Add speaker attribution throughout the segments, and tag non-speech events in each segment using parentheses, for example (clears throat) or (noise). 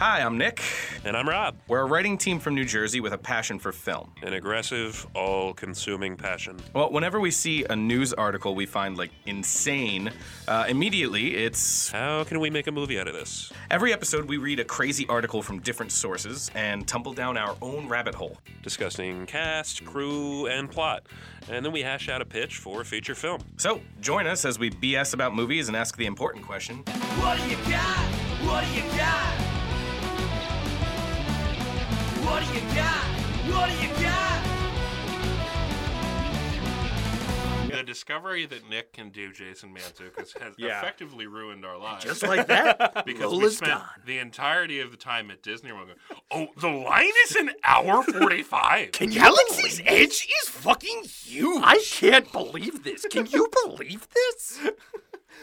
Speaker 1: Hi, I'm Nick.
Speaker 2: And I'm Rob,
Speaker 1: We're a writing team from New Jersey with a passion for film.
Speaker 2: an aggressive, all consuming passion.
Speaker 1: Well, whenever we see a news article we find like insane, uh, immediately it's
Speaker 2: How can we make a movie out of this?
Speaker 1: every episode we read a crazy article from different sources and tumble down our own rabbit hole.
Speaker 2: Discussing cast, crew, and plot. And then we hash out a pitch for a feature film.
Speaker 1: So join us as we BS about movies and ask the important question
Speaker 3: What do you got? What do you got? What do you got? What do you got?
Speaker 4: The discovery that Nick can do Jason Mantzoukas has effectively ruined our lives.
Speaker 5: Just like that,
Speaker 4: (laughs) because we
Speaker 5: Lola's
Speaker 4: spent
Speaker 5: gone.
Speaker 4: the entirety of the time at Disney World
Speaker 6: (laughs)
Speaker 4: going, oh, the line is an hour 45.
Speaker 5: Can you Galaxy's Edge is fucking huge. I can't believe this. Can you believe this?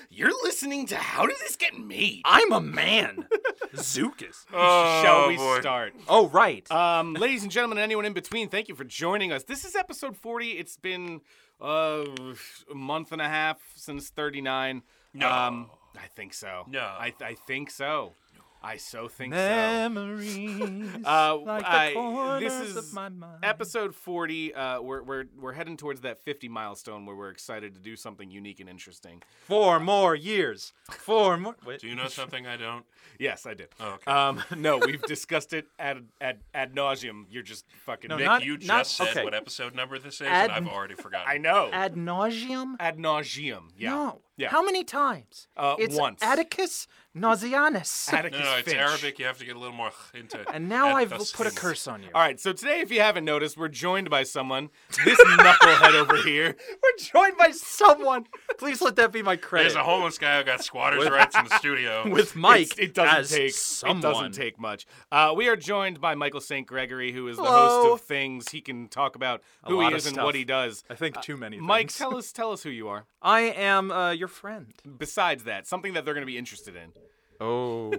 Speaker 5: You're listening to How Did This Get Made? I'm a man. Zookas.
Speaker 7: Shall we start?
Speaker 5: Oh, right.
Speaker 7: Um, ladies and gentlemen, and anyone in between, thank you for joining us. This is episode 40. It's been uh, a month and a half since 39. No. Um, I think so.
Speaker 4: No.
Speaker 7: I, I think so. I so think so.
Speaker 6: Memories.
Speaker 7: Uh,
Speaker 6: like the
Speaker 7: I,
Speaker 6: corners
Speaker 7: this is
Speaker 6: of my mind.
Speaker 7: episode 40. Uh, we're, we're, we're heading towards that 50 milestone where we're excited to do something unique and interesting.
Speaker 6: Four more years. Four more. Wait.
Speaker 4: Do you know something I don't?
Speaker 7: Yes, I did.
Speaker 4: Oh, okay.
Speaker 7: Um, (laughs) no, we've discussed it ad, ad, ad nauseum. You're just fucking.
Speaker 6: No,
Speaker 4: Nick,
Speaker 6: not-
Speaker 4: you just
Speaker 6: not-
Speaker 4: said
Speaker 6: okay.
Speaker 4: what episode number this is,
Speaker 6: Ad-
Speaker 4: and I've already forgotten.
Speaker 7: I know.
Speaker 6: Ad nauseum?
Speaker 7: ad nauseum. Yeah.
Speaker 6: No.
Speaker 7: Yeah.
Speaker 6: How many times?
Speaker 7: Uh,
Speaker 6: it's
Speaker 7: once.
Speaker 6: Atticus nauseanus.
Speaker 7: Atticus
Speaker 4: No, no, it's
Speaker 7: Finch.
Speaker 4: Arabic. You have to get a little more (laughs) into it.
Speaker 6: and now
Speaker 4: At
Speaker 6: I've
Speaker 4: the
Speaker 6: put a
Speaker 4: sins.
Speaker 6: curse on you.
Speaker 7: All right, so today, if you haven't noticed, we're joined by someone. This knucklehead over here.
Speaker 6: We're joined by someone. Please let that be my credit.
Speaker 4: There's a homeless guy who got squatter's rights in the studio.
Speaker 6: (laughs) With Mike
Speaker 7: It's- it doesn't
Speaker 6: as
Speaker 7: take.
Speaker 6: someone.
Speaker 7: It doesn't take much. Uh, we are joined by Michael St. Gregory, who is the
Speaker 6: Hello.
Speaker 7: host of things. He can talk about who
Speaker 6: lot
Speaker 7: he
Speaker 6: of
Speaker 7: is and
Speaker 6: stuff.
Speaker 7: what he does.
Speaker 6: I think too many.
Speaker 7: Mike,
Speaker 6: things.
Speaker 7: tell us, tell us who you are.
Speaker 6: Uh, I am uh, your friend.
Speaker 7: Besides that, something that they're going to be interested in.
Speaker 6: Oh.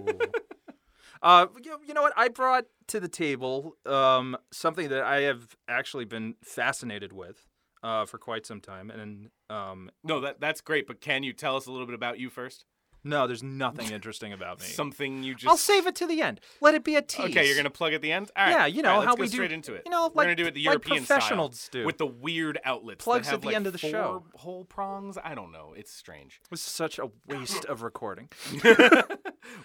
Speaker 6: (laughs) uh, you, you know what? I brought to the table um, something that I have actually been fascinated with uh, for quite some time. And um,
Speaker 7: No, that that's great. But can you tell us a little bit about you first?
Speaker 6: no,
Speaker 7: (laughs)
Speaker 6: there's nothing interesting about me.
Speaker 7: Something you just.
Speaker 6: I'll save it to the end. Let it be a tease.
Speaker 7: Okay, you're gonna plug at the end. All right.
Speaker 6: Yeah, you know
Speaker 7: All right,
Speaker 6: how
Speaker 7: let's go
Speaker 6: we do-
Speaker 7: straight into it.
Speaker 6: you know,
Speaker 7: we're gonna
Speaker 6: like-
Speaker 7: do it the
Speaker 6: like
Speaker 7: European
Speaker 6: professionals
Speaker 7: style,
Speaker 6: do.
Speaker 7: with the weird outlets.
Speaker 6: Plugs
Speaker 7: that have
Speaker 6: at the
Speaker 7: like
Speaker 6: end of the
Speaker 7: four
Speaker 6: show.
Speaker 7: Whole prongs. I don't know. It's strange.
Speaker 6: It was such a waste of (laughs) recording.
Speaker 7: (laughs)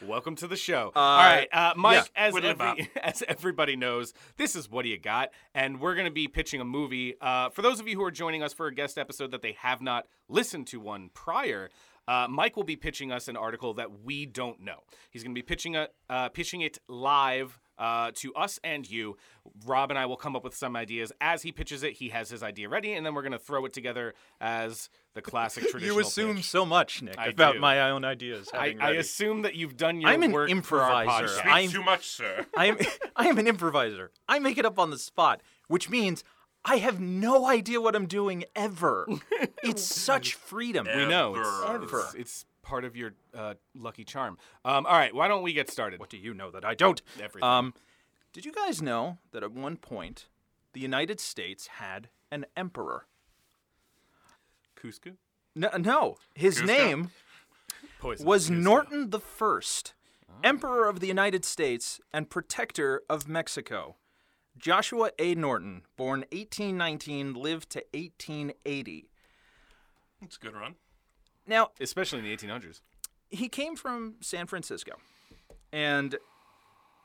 Speaker 7: Welcome to the show. All right, uh, Mike. As,
Speaker 4: What up,
Speaker 7: every, (laughs) as everybody knows, this is what do you got, and we're gonna be pitching a movie. Uh, for those of you who are joining us for a guest episode that they have not listened to one prior. Uh, Mike will be pitching us an article that we don't know. He's going to be pitching a, uh, pitching it live uh, to us and you. Rob and I will come up with some ideas as he pitches it. He has his idea ready, and then we're going to throw it together as the classic traditional.
Speaker 6: you assume
Speaker 7: pitch.
Speaker 6: so much, Nick,
Speaker 7: I
Speaker 6: about
Speaker 7: do.
Speaker 6: my own ideas.
Speaker 7: I,
Speaker 6: having
Speaker 7: I
Speaker 6: ready.
Speaker 7: assume that you've done your
Speaker 6: I'm an
Speaker 7: work for our
Speaker 6: improviser.
Speaker 7: podcast.
Speaker 4: Speak
Speaker 6: I'm-
Speaker 4: too much, sir.
Speaker 6: I'm I am (laughs) an improviser. I make it up on the spot, which means I have no idea what I'm doing ever. It's such freedom.
Speaker 7: We know it's,
Speaker 4: Ever.
Speaker 7: it's- It's, part of your uh, lucky charm. Um, all right, why don't we get started?
Speaker 6: What do you know that I don't?
Speaker 7: Everything.
Speaker 6: Um, did you guys know that at one point the United States had an emperor?
Speaker 7: Cusco
Speaker 6: No, no his
Speaker 4: Cusco?
Speaker 6: name
Speaker 7: poison Oh.
Speaker 6: was Norton the First, Emperor of the United States and Protector of Mexico. Joshua A. Norton, born 1819, lived to 1880.
Speaker 4: It's a good run.
Speaker 6: (laughs) Now,
Speaker 7: especially in the 1800s.
Speaker 6: he came from San Francisco and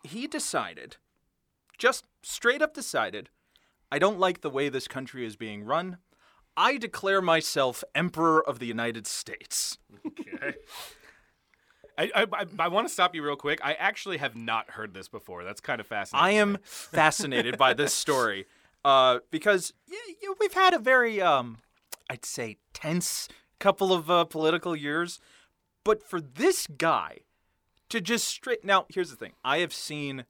Speaker 6: he decided, just straight up decided, I don't like the way this country is being run. I declare myself Emperor of the United States.
Speaker 7: I I, I, I want to stop you real quick. I actually have not heard this before. That's kind of fascinating.
Speaker 6: I
Speaker 7: to (laughs)
Speaker 6: am
Speaker 7: me.
Speaker 6: fascinated by this story uh, because y y we've had a very, um, I'd say, tense couple of uh, political years. But for this guy to just straight now, here's the thing: I have seen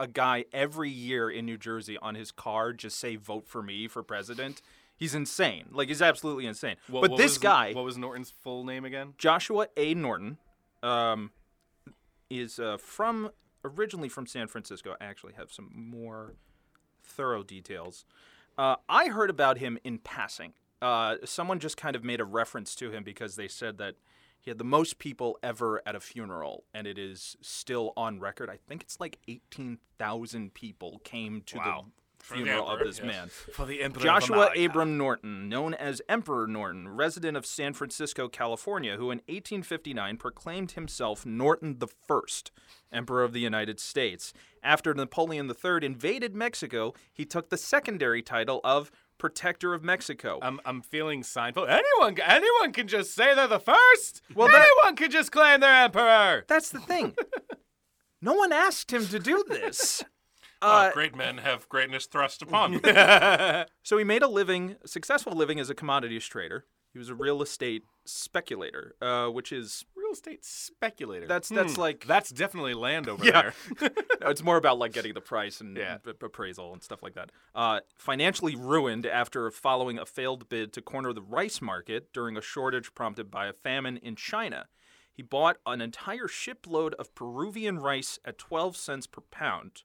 Speaker 6: a guy every year in New Jersey on his car just say "Vote for me for president." He's insane. Like he's absolutely insane.
Speaker 7: What-
Speaker 6: but
Speaker 7: what
Speaker 6: this
Speaker 7: was-
Speaker 6: guy,
Speaker 7: What was Norton's full name again?
Speaker 6: Joshua A. Norton um, is uh, from originally from San Francisco. I actually have some more thorough details. Uh, I heard about him in passing. Uh, someone just kind of made a reference to him because they said that He had the most people ever at a funeral, and it is still on record. I think it's like 18,000 people came to the funeral of
Speaker 4: Emperor,
Speaker 6: this
Speaker 4: yes.
Speaker 6: man.
Speaker 5: For the Emperor
Speaker 6: Joshua Abram Norton, known as Emperor Norton, resident of San Francisco, California, who in 1859 proclaimed himself Norton the First, Emperor of the United States. After Napoleon III invaded Mexico, he took the secondary title of Protector of Mexico.
Speaker 7: I'm, I'm feeling Seinfeld. Anyone, anyone can just say they're the first.
Speaker 6: Well, that-
Speaker 7: anyone can just claim they're emperor.
Speaker 6: That's the thing. no one asked him to do this. Uh,
Speaker 4: Oh, great men have greatness thrust upon
Speaker 6: (laughs)
Speaker 4: them.
Speaker 6: So he made a living, a successful living as a commodities trader. He was a real estate speculator, uh, which is
Speaker 7: Real estate speculator.
Speaker 6: that's that's like
Speaker 7: that's definitely land over
Speaker 6: Yeah.
Speaker 7: there.
Speaker 6: No, it's more about like getting the price and
Speaker 7: Yeah.
Speaker 6: p- appraisal and stuff like that. Uh, financially ruined after following a failed bid to corner the rice market during a shortage prompted by a famine in China. He bought an entire shipload of Peruvian rice at 12 cents per pound,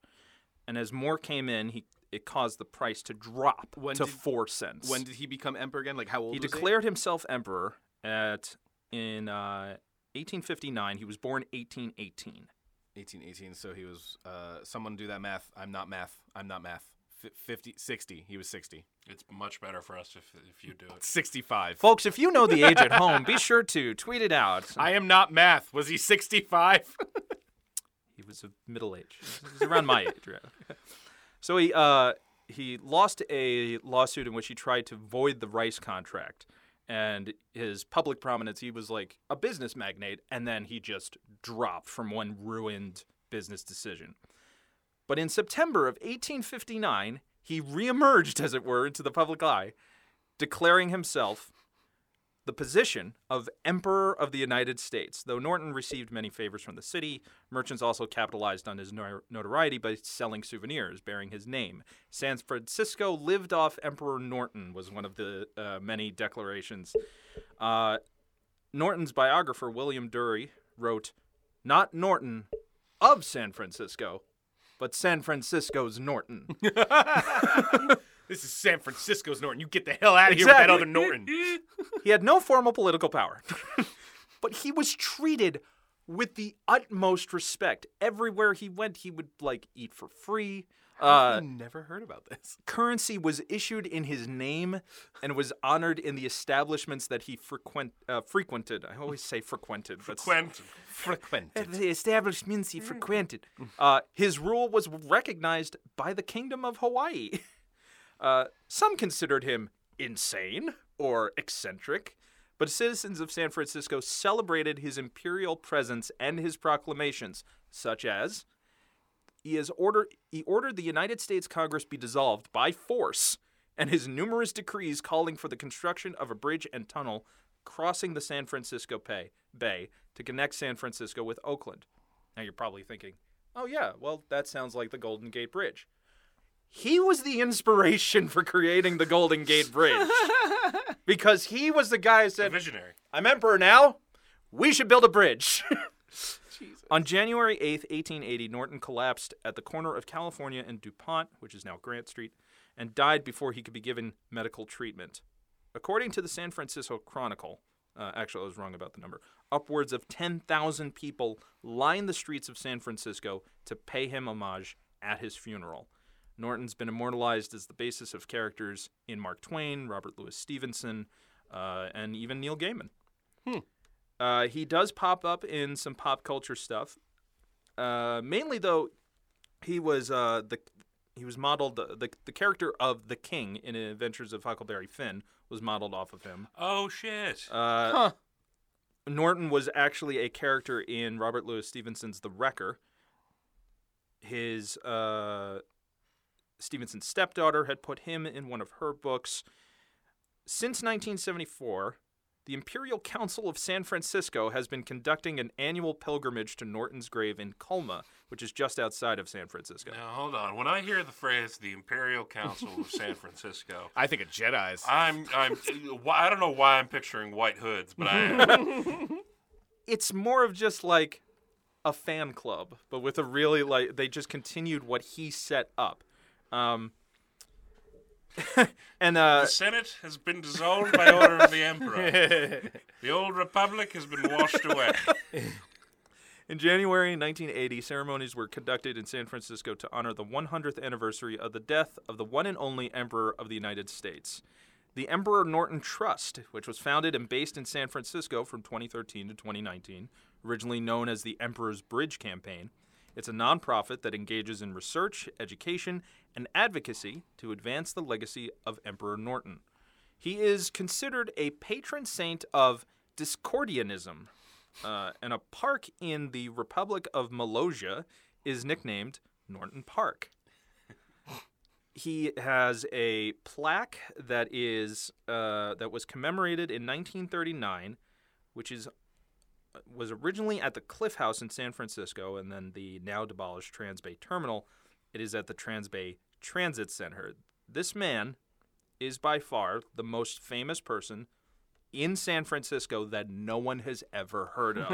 Speaker 6: and as more came in, he it caused the price to drop to
Speaker 7: did-
Speaker 6: 4 cents.
Speaker 7: When did he become emperor again? Like how old?
Speaker 6: he
Speaker 7: was
Speaker 6: declared himself emperor at in uh, 1859. He was born 1818.
Speaker 7: 1818. So he was. Uh, someone do that math. I'm not math. I'm not math. F- 50, 60. He was 60.
Speaker 4: It's much better for us if, if you do it.
Speaker 7: 65.
Speaker 6: Folks, if you know the age at home, be sure to tweet it out.
Speaker 7: I am not math. Was he 65?
Speaker 6: He was of middle age. He was around my age. Yeah. So he uh, he lost a lawsuit in which he tried to void the rice contract. And his public prominence, he was like a business magnate, and then he just dropped from one ruined business decision. But in September of 1859, he reemerged, as it were, into the public eye, declaring himself the position of Emperor of the United States. Though Norton received many favors from the city, merchants also capitalized on his no- notoriety by selling souvenirs bearing his name. San Francisco lived off Emperor Norton, was one of the uh, many declarations. Uh, Norton's biographer, William Dury, wrote, Not Norton of San Francisco, but San Francisco's Norton.
Speaker 7: (laughs) this is San Francisco's Norton. You get the hell out of here with that
Speaker 6: Exactly.
Speaker 7: other (laughs) Norton.
Speaker 6: He had no formal political power, (laughs) but he was treated with the utmost respect. Everywhere he went, he would like eat for free. Uh,
Speaker 7: never heard about this.
Speaker 6: currency was issued in his name and was honored in the establishments that he frequent uh, frequented. I always say frequented. but it's-
Speaker 4: Quent,
Speaker 7: (laughs) Frequented.
Speaker 6: the establishments he frequented. Uh, his rule was recognized by the Kingdom of Hawaii. (laughs) Uh, some considered him insane or eccentric, but citizens of San Francisco celebrated his imperial presence and his proclamations, such as he has ordered he ordered the United States Congress be dissolved by force, and his numerous decrees calling for the construction of a bridge and tunnel crossing the San Francisco Bay, Bay to connect San Francisco with Oakland. Now you're probably thinking, "Oh yeah, well that sounds like the Golden Gate Bridge." He was the inspiration (laughs) for creating the Golden Gate Bridge. because he was the guy who
Speaker 4: a
Speaker 6: said,
Speaker 4: visionary.
Speaker 6: I'm emperor now. We should build a bridge. (laughs) On January 8th, 1880, Norton collapsed at the corner of California and DuPont, which is now Grant Street, and died before he could be given medical treatment. According to the San Francisco Chronicle, uh, actually, I was wrong about the number, upwards of 10,000 people lined the streets of San Francisco to pay him homage at his funeral. Norton's been immortalized as the basis of characters in Mark Twain, Robert Louis Stevenson, uh, and even Neil Gaiman. Uh, he does pop up in some pop culture stuff. Uh, mainly though, he was uh, the he was modeled the, the the character of the King in Adventures of Huckleberry Finn was modeled off of him.
Speaker 4: Oh, shit.
Speaker 6: Uh, Norton was actually a character in Robert Louis Stevenson's The Wrecker. His uh, Stevenson's stepdaughter had put him in one of her books. Since 1974, the Imperial Council of San Francisco has been conducting an annual pilgrimage to Norton's grave in Colma, which is just outside of San Francisco.
Speaker 4: now, hold on. When I hear the phrase the Imperial Council of
Speaker 6: (laughs)
Speaker 4: San Francisco,
Speaker 7: I think of Jedi's.
Speaker 4: I'm, I'm, why- I don't know why I'm picturing white hoods, but I am.
Speaker 6: it's more of just like a fan club, but with a really like they just continued what he set up. Um, (laughs) and uh, (laughs)
Speaker 4: The Senate has been dissolved by order of the Emperor.
Speaker 6: (laughs)
Speaker 4: the old republic has been washed away.
Speaker 6: in January 1980, ceremonies were conducted in San Francisco to honor the 100th anniversary of the death of the one and only Emperor of the United States. The Emperor Norton Trust, which was founded and based in San Francisco from 2013 to 2019, originally known as the Emperor's Bridge Campaign, it's a nonprofit that engages in research, education, and advocacy to advance the legacy of Emperor Norton. He is considered a patron saint of Discordianism, uh, and a park in the Republic of Malaysia is nicknamed Norton Park. He has a plaque that is uh, that was commemorated in 1939, which is uh, was originally at the Cliff House in San Francisco, and then the now demolished Transbay Terminal. It is at the Transbay Transit Center. This man is by far the most famous person in San Francisco that no one has ever heard of.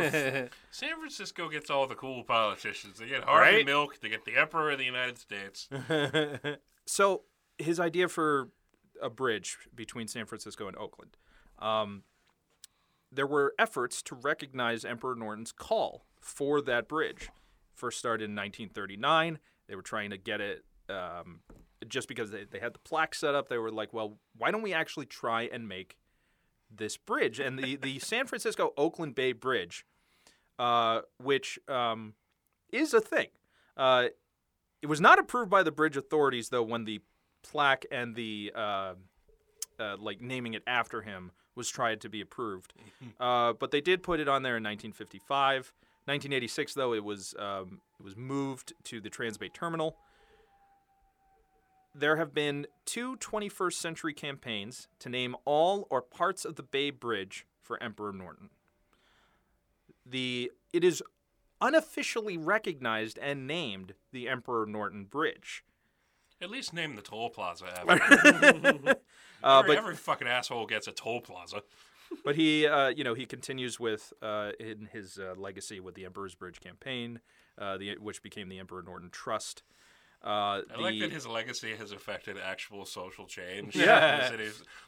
Speaker 4: San Francisco gets all the cool politicians. They get Harvey
Speaker 7: Right?
Speaker 4: Milk. They get the Emperor of the United States.
Speaker 6: so his idea for a bridge between San Francisco and Oakland. Um, there were efforts to recognize Emperor Norton's call for that bridge. First started in 1939. They were trying to get it um, just because they, they had the plaque set up. They were like, well, why don't we actually try and make this bridge? And the, the San Francisco Oakland Bay Bridge, uh, which um, is a thing. Uh, it was not approved by the bridge authorities though when the plaque and the uh, uh, like naming it after him was tried to be approved. uh, but they did put it on there in 1955. 1986 though it was um, it was moved to the Transbay Terminal. There have been two 21st century campaigns to name all or parts of the Bay Bridge for Emperor Norton. The it is unofficially recognized and named the Emperor Norton Bridge.
Speaker 4: At least name the toll plaza. After.
Speaker 6: (laughs) Uh,
Speaker 4: every,
Speaker 6: but
Speaker 4: every fucking asshole gets a toll plaza.
Speaker 6: but he uh, you know he continues with uh, in his uh, legacy with the Emperor's Bridge campaign, uh, the which became the Emperor Norton Trust. Uh,
Speaker 4: I
Speaker 6: the,
Speaker 4: like that his legacy has affected actual social change. Yeah.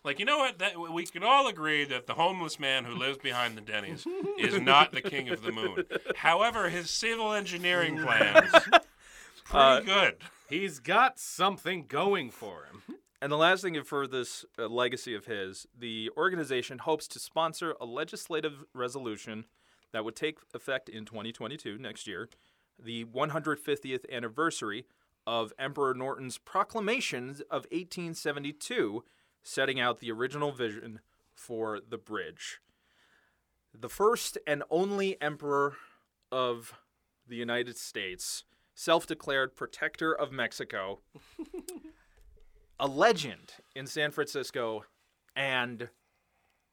Speaker 4: like, you know what? That, we can all agree that the homeless man who lives behind the Denny's is not the king of the moon. However, his civil engineering plans, pretty good.
Speaker 7: He's got something going for (laughs) him.
Speaker 6: And the last thing for this uh, legacy of his, the organization hopes to sponsor a legislative resolution that would take effect in 2022, next year, the 150th anniversary of Emperor Norton's proclamations of 1872, setting out the original vision for the bridge. The first and only emperor of the United States, self declared protector of Mexico a legend in San Francisco, and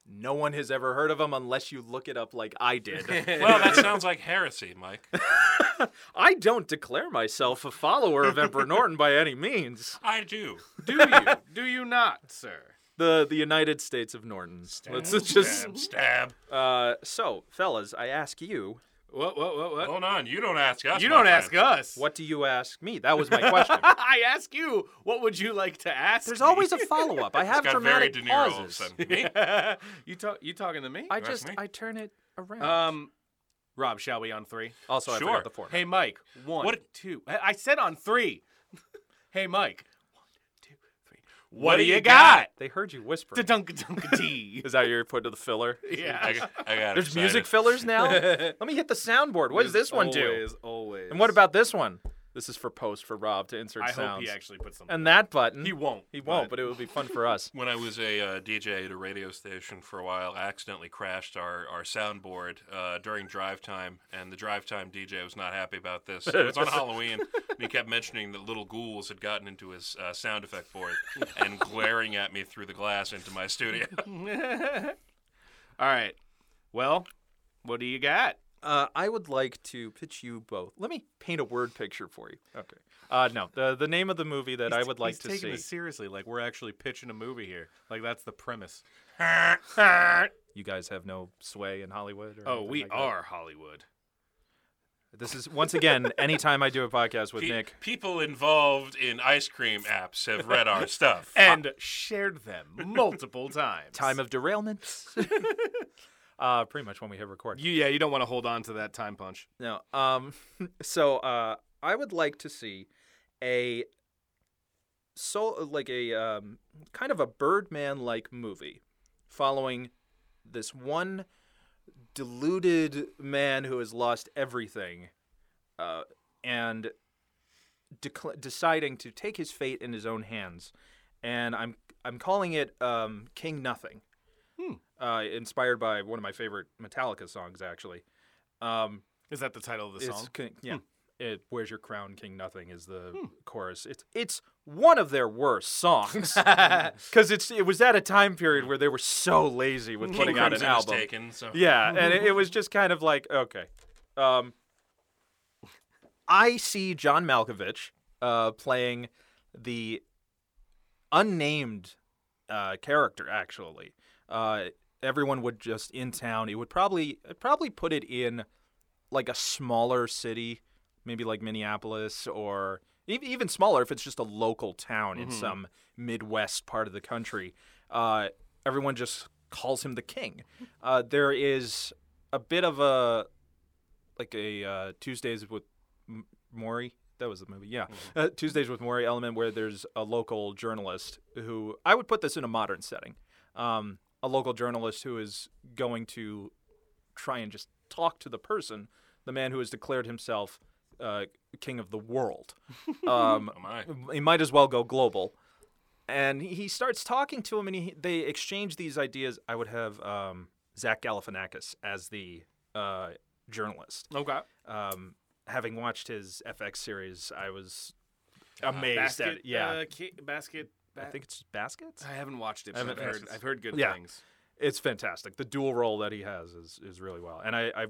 Speaker 6: no one has ever heard of him unless you look it up like
Speaker 4: (laughs)
Speaker 6: I did.
Speaker 4: Well, that sounds like heresy, Mike.
Speaker 6: I don't declare myself a follower of Emperor Norton by any means.
Speaker 4: I do.
Speaker 7: Do you? Do you not, sir?
Speaker 6: The the United States of Norton. Let's just
Speaker 4: Stab, stab.
Speaker 6: uh, so, fellas, I ask you,
Speaker 7: What? What? What? What?
Speaker 4: Hold on. You don't ask us.
Speaker 7: you
Speaker 4: my
Speaker 7: don't
Speaker 4: friend.
Speaker 7: ask us.
Speaker 6: what do you ask me? That
Speaker 4: (laughs)
Speaker 6: was my question.
Speaker 7: (laughs) I ask you. What would you like to ask?
Speaker 6: There's
Speaker 7: me?
Speaker 6: always a follow up. I have
Speaker 4: Got very
Speaker 6: dramatic
Speaker 4: De Niro all of a
Speaker 6: pauses.
Speaker 4: sudden. Me?
Speaker 7: (laughs) you talk. You talking to me?
Speaker 6: I
Speaker 4: ask
Speaker 6: just
Speaker 4: me? Uh,
Speaker 6: I turn it around.
Speaker 7: um, Rob, shall we on three?
Speaker 6: also, I
Speaker 4: sure.
Speaker 6: forgot the format.
Speaker 7: Hey, Mike. One,
Speaker 4: What-
Speaker 7: two. I, I said on three. (laughs) hey, Mike. One, two, three. What,
Speaker 4: do
Speaker 7: do you
Speaker 4: you
Speaker 7: got?
Speaker 6: they heard you
Speaker 7: (laughs)
Speaker 6: whisper.
Speaker 7: Da dunk dunk
Speaker 6: (laughs)
Speaker 7: dee.
Speaker 6: Is that your put to the filler?
Speaker 4: I, got- I got
Speaker 6: There's
Speaker 4: excited.
Speaker 6: music (laughs) fillers now. Let me hit the soundboard. What does this one do?
Speaker 7: Always, always.
Speaker 6: And what about this one? This is for post for Rob to insert
Speaker 7: I
Speaker 6: sounds.
Speaker 7: hope he actually puts something.
Speaker 6: and that button.
Speaker 7: he won't.
Speaker 6: He won't, but, it will be fun (laughs) for us.
Speaker 4: when I was a uh, DJ at a radio station for a while, I accidentally crashed our, our soundboard uh, during drive time, and the drive time DJ was not happy about this. It
Speaker 6: (laughs)
Speaker 4: was on Halloween, and he kept mentioning that little ghouls had gotten into his uh, sound effect board and glaring at me through the glass into my studio.
Speaker 7: All right. Well, what do you got?
Speaker 6: Uh, I would like to pitch you both. Let me paint a word picture for you. Okay. Uh, no, the the name of the movie that I would like
Speaker 7: He's
Speaker 6: to
Speaker 7: taking
Speaker 6: see.
Speaker 7: this seriously. Like we're actually pitching a movie here. Like that's the premise.
Speaker 6: You guys have no sway in Hollywood. Or
Speaker 7: Oh,
Speaker 6: anything
Speaker 7: we
Speaker 6: like that?
Speaker 7: are Hollywood.
Speaker 6: This is once (laughs) again anytime I do a podcast (laughs) with
Speaker 4: Pe-
Speaker 6: Nick.
Speaker 4: People involved in ice cream apps have read
Speaker 6: (laughs)
Speaker 4: our stuff.
Speaker 7: and shared them multiple times.
Speaker 6: Time of (laughs) derailments. uh, pretty much when we hit record.
Speaker 7: You, yeah, you don't want to hold on to that time punch.
Speaker 6: No. Um. (laughs) So, uh, I would like to see a so like a um kind of a Birdman like movie following this one deluded man who has lost everything, uh, and decl deciding to take his fate in his own hands, and I'm I'm calling it um, King Nothing. Uh, inspired by one of my favorite Metallica songs, actually. Um,
Speaker 7: Is that the title of the
Speaker 6: it's
Speaker 7: song?
Speaker 6: King, yeah. It "Where's Your Crown, King Nothing" is the chorus. It's it's one of their worst songs (laughs) because it's it was at a time period where they were so lazy with
Speaker 4: King
Speaker 6: putting out an
Speaker 4: Crimson is
Speaker 6: album.
Speaker 4: taken, so
Speaker 6: Yeah, and it, it was just kind of like okay. Um, I see John Malkovich uh, playing the unnamed uh, character. Actually, uh, everyone would just in town. It would probably I'd probably put it in like a smaller city, maybe like Minneapolis or e- even smaller if it's just a local town in some Midwest part of the country. Uh, everyone just calls him the king. Uh, there is a bit of a like a uh, Tuesdays with M- Maury. That was the movie, yeah. Uh, Tuesdays with Maury element where there's a local journalist who I would put this in a modern setting. Um, a local journalist who is going to try and just talk to the person, the man who has declared himself uh, king of the world. Um,
Speaker 4: am I.
Speaker 6: he might as well go global. And he starts talking to him, and he, they exchange these ideas. I would have um, Zach Galifianakis as the uh, journalist.
Speaker 7: Okay.
Speaker 6: Um, having watched his FX series, I was amazed at
Speaker 7: Uh, Basket.
Speaker 6: it. Yeah,
Speaker 7: Uh, ki- basket.
Speaker 6: I think it's baskets.
Speaker 7: I haven't watched it.
Speaker 6: I
Speaker 7: But I've
Speaker 6: haven't-
Speaker 7: heard. I've heard good
Speaker 6: Yeah.
Speaker 7: things.
Speaker 6: it's fantastic. The dual role that he has is is really well. And I I,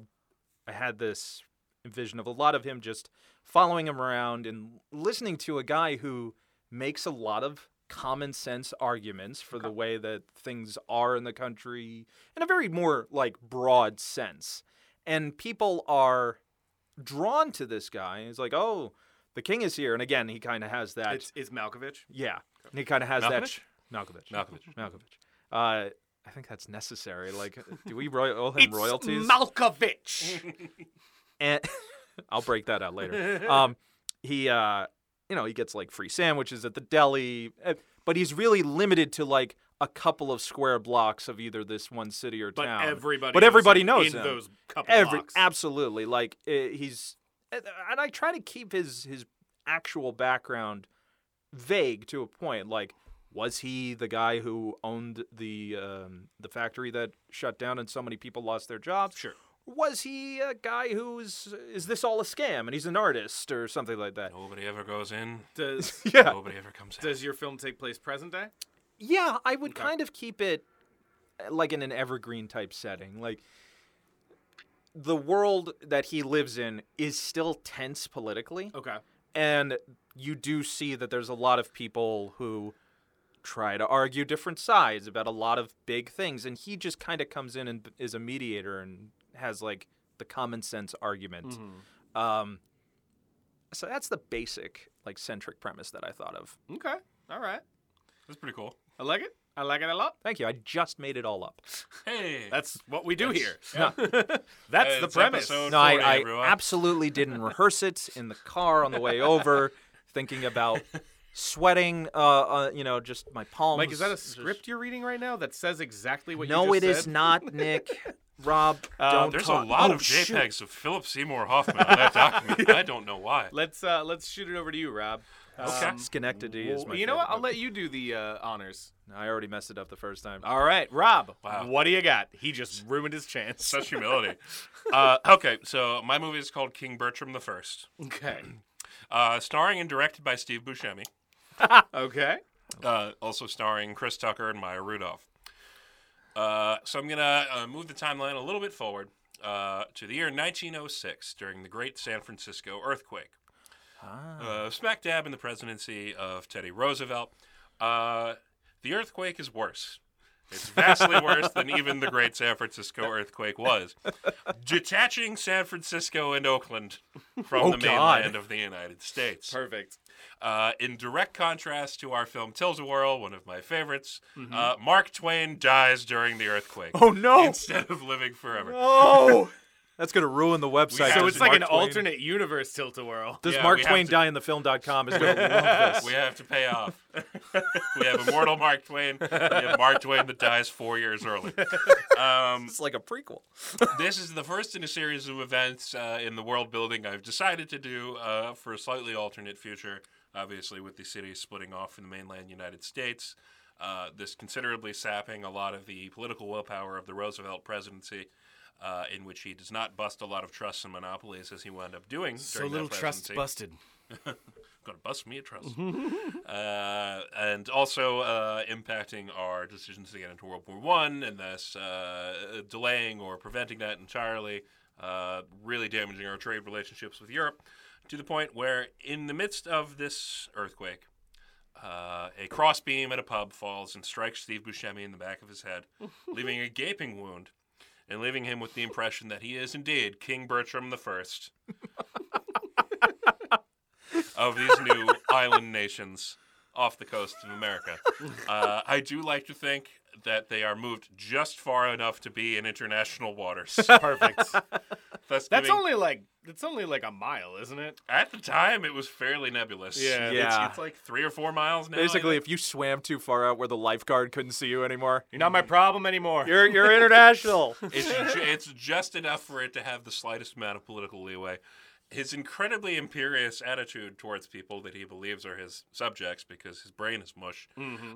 Speaker 6: I had this vision of a lot of him just following him around and listening to a guy who makes a lot of common sense arguments for the way that things are in the country in a very more like broad sense. And people are drawn to this guy. It's like, "Oh, the king is here." And again, he kind of has that
Speaker 7: It's is Malkovich.
Speaker 6: yeah. And he kind of has that. Sh- Malkovich.
Speaker 4: Malkovich.
Speaker 6: Malkovich. Uh, I think that's necessary. Like, uh, do we roy- owe him royalties?
Speaker 5: Malkovich.
Speaker 6: (laughs) and I'll break that out later. Um, he, uh, you know, he gets like free sandwiches at the deli, eh, but he's really limited to like a couple of square blocks of either this one city or
Speaker 7: But
Speaker 6: town.
Speaker 7: everybody.
Speaker 6: But
Speaker 7: is
Speaker 6: everybody knows
Speaker 7: in
Speaker 6: him.
Speaker 7: those couple
Speaker 6: Every
Speaker 7: blocks.
Speaker 6: absolutely like eh, he's, eh, and I try to keep his his actual background vague to a point. Like, was he the guy who owned the um, the factory that shut down and so many people lost their jobs? Sure. Was he a guy who's is this all a scam and he's an artist or something like that?
Speaker 4: Nobody ever goes in.
Speaker 7: Does
Speaker 6: (laughs) Yeah.
Speaker 4: Nobody ever comes out.
Speaker 7: does your film take place present day?
Speaker 6: Yeah, I would kind of keep it uh, like in an evergreen type setting. Like the world that he lives in is still tense politically,
Speaker 7: Okay.
Speaker 6: and you do see that there's a lot of people who try to argue different sides about a lot of big things, and he just kind of comes in and b- is a mediator and has like the common sense argument.
Speaker 7: Mm-hmm.
Speaker 6: Um, so that's the basic like centric premise that I thought of.
Speaker 7: Okay. All right.
Speaker 4: That's pretty cool.
Speaker 7: I like it. I like it a lot.
Speaker 6: Thank you. I just made it all
Speaker 7: (laughs)
Speaker 6: up.
Speaker 4: Hey,
Speaker 7: That's what we do here. (laughs)
Speaker 4: yeah.
Speaker 7: That's
Speaker 4: Hey,
Speaker 7: the
Speaker 4: it's
Speaker 7: premise.
Speaker 4: episode-
Speaker 6: No,
Speaker 4: Sorry,
Speaker 6: I, I
Speaker 4: everyone.
Speaker 7: (laughs)
Speaker 6: absolutely didn't rehearse it in the car on the way over, thinking
Speaker 7: (laughs)
Speaker 6: about sweating. Uh, uh, you know, just my palms.
Speaker 7: Mike, is that a script you're reading right now that says exactly what
Speaker 6: No,
Speaker 7: you
Speaker 6: it
Speaker 7: just
Speaker 6: is
Speaker 7: said?
Speaker 4: (laughs)
Speaker 6: not, Nick. Rob, don't
Speaker 4: Uh, there's
Speaker 6: talk.
Speaker 4: a lot
Speaker 6: (laughs) Oh,
Speaker 4: of
Speaker 6: shoot.
Speaker 4: JPEGs of Philip Seymour Hoffman on that
Speaker 6: (laughs)
Speaker 4: document. I don't know why.
Speaker 7: Let's uh, let's shoot it over to you, Rob.
Speaker 4: Okay.
Speaker 7: Um,
Speaker 6: Schenectady is my
Speaker 7: you know what?
Speaker 6: favorite
Speaker 7: I'll let you do the uh, honors.
Speaker 6: movie. I already messed it up the first time.
Speaker 7: All right, Rob.
Speaker 4: Wow.
Speaker 7: What do you got? He just ruined his chance.
Speaker 4: Such humility. Uh, okay, so my movie is called King Bertram the First,
Speaker 7: (laughs) Okay.
Speaker 4: uh, starring and directed by Steve Buscemi.
Speaker 7: Okay.
Speaker 4: uh, also starring Chris Tucker and Maya Rudolph. Uh, so I'm going to uh, move the timeline a little bit forward uh, to the year 1906 during the Great San Francisco Earthquake. Uh, smack dab in the presidency of Teddy Roosevelt. Uh, the earthquake is worse. It's vastly worse than even the great San Francisco earthquake was. Detaching San Francisco and Oakland from the
Speaker 6: God.
Speaker 4: mainland of the United States.
Speaker 7: Perfect.
Speaker 4: Uh, in direct contrast to our film Till's a Whirl, one of my favorites, uh, Mark Twain dies during the earthquake
Speaker 6: Mm-hmm. Oh no!
Speaker 4: instead of living forever.
Speaker 6: Oh, that's gonna ruin the website.
Speaker 4: have
Speaker 7: So
Speaker 4: Does
Speaker 7: it's like an
Speaker 6: Mark Twain-
Speaker 7: alternate universe tilt a whirl.
Speaker 6: Does
Speaker 4: Yeah,
Speaker 6: Mark
Speaker 4: we have
Speaker 6: Twain
Speaker 4: to-
Speaker 6: die in
Speaker 4: (laughs)
Speaker 6: the film.com? Is gonna love this.
Speaker 4: We have to pay off. (laughs) we have immortal Mark Twain. We have Mark Twain that dies four years early. Um,
Speaker 6: It's like a prequel.
Speaker 4: this is the first in a series of events uh, in the world building I've decided to do uh, for a slightly alternate future, obviously, with the city splitting off from the mainland United States. Uh, this considerably sapping a lot of the political willpower of the Roosevelt presidency, uh, in which he does not bust a lot of trusts and monopolies as he wound up doing.
Speaker 7: So
Speaker 4: during that
Speaker 7: little trust
Speaker 4: presidency
Speaker 7: busted.
Speaker 4: gonna bust me a trust. (laughs) uh, and also uh, impacting our decisions to get into World War One, and thus uh, delaying or preventing that entirely, uh, really damaging our trade relationships with Europe to the point where, in the midst of this earthquake, uh, a crossbeam at a pub falls and strikes Steve Buscemi in the back of his
Speaker 7: (laughs)
Speaker 4: head, leaving a gaping wound. And leaving him with the impression that he is indeed King Bertram the First of these new
Speaker 7: (laughs)
Speaker 4: island nations off the coast of America. Uh, I do like to think that they are moved just far enough to be in
Speaker 7: (laughs)
Speaker 4: international waters.
Speaker 7: Perfect.
Speaker 4: Thus
Speaker 7: That's
Speaker 4: giving-
Speaker 7: only like it's only like a mile, isn't it?
Speaker 4: at the time it was fairly nebulous.
Speaker 7: Yeah.
Speaker 4: It's-
Speaker 6: Yeah.
Speaker 4: It's, like three or four miles now. I
Speaker 6: Basically,
Speaker 4: think.
Speaker 6: if you swam too far out where the lifeguard couldn't see
Speaker 4: (laughs)
Speaker 6: you anymore,
Speaker 7: You're not my problem anymore.
Speaker 6: you're you're international.
Speaker 4: it's, ju- it's just enough for it to have the slightest amount of political leeway. His incredibly imperious attitude towards people that he believes are his subjects because his brain is mush,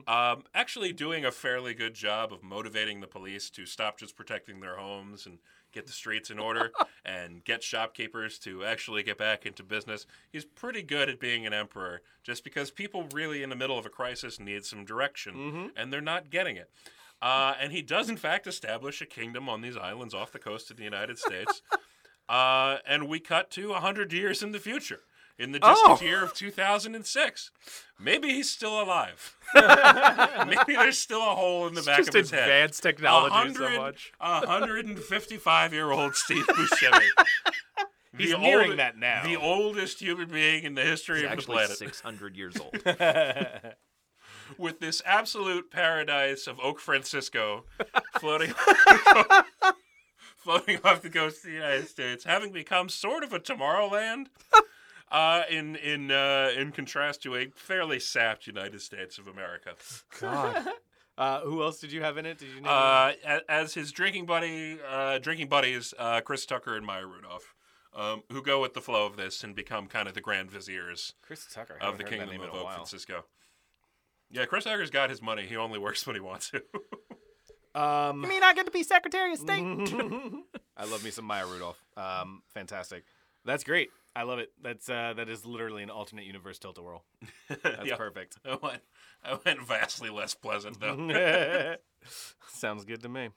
Speaker 4: um, actually doing a fairly good job of motivating the police to stop just protecting their homes and get the streets in order and get shopkeepers to actually get back into business. He's pretty good at being an emperor just because people really in the middle of a crisis need some direction and they're not getting it. Uh, and he does, in fact, establish a kingdom on these islands off the coast of the United States. (laughs) uh, and we cut to 100 years in the future, in the distant
Speaker 6: Oh.
Speaker 4: year of 2006. Maybe he's still
Speaker 6: (laughs)
Speaker 4: alive. Maybe there's still a hole in the back
Speaker 6: Just
Speaker 4: of his head.
Speaker 6: advanced technology so
Speaker 4: 100
Speaker 6: much.
Speaker 4: 155 year old
Speaker 6: (laughs)
Speaker 4: Steve Buscemi.
Speaker 7: He's
Speaker 4: The
Speaker 7: nearing
Speaker 4: old-
Speaker 7: that now.
Speaker 4: The oldest human being in the history of the planet. Oh,
Speaker 6: 600 years
Speaker 4: (laughs)
Speaker 6: old.
Speaker 4: with this absolute paradise of
Speaker 7: (laughs)
Speaker 4: Oak Francisco floating (laughs) floating off the coast of the United States, having become sort of
Speaker 7: (laughs)
Speaker 4: a Tomorrowland. Uh, in in uh, in contrast to a fairly sapped United States of America,
Speaker 7: Uh, who else did you have in it? Did you name
Speaker 4: uh, a- as his drinking buddy, uh, drinking buddies, uh, Chris Tucker and Maya Rudolph, um, who go with the flow of this and become kind of the grand viziers
Speaker 7: Chris Tucker I
Speaker 4: of
Speaker 7: haven't
Speaker 4: the
Speaker 7: heard that
Speaker 4: Kingdom
Speaker 7: name in
Speaker 4: of
Speaker 7: a
Speaker 4: Oak
Speaker 7: while.
Speaker 4: Francisco. Yeah, Chris Tucker's got his money. He only works when he wants to.
Speaker 7: Um,
Speaker 6: mean I get to be Secretary of State?
Speaker 7: I love me some Maya Rudolph. Um, fantastic. That's great. I love it. That's uh, that is literally an alternate universe tilt a whirl. (laughs) That's
Speaker 4: Yeah.
Speaker 7: perfect.
Speaker 4: (laughs) I went, I went vastly less pleasant
Speaker 6: (laughs)
Speaker 4: though.
Speaker 7: (laughs) Sounds good to me.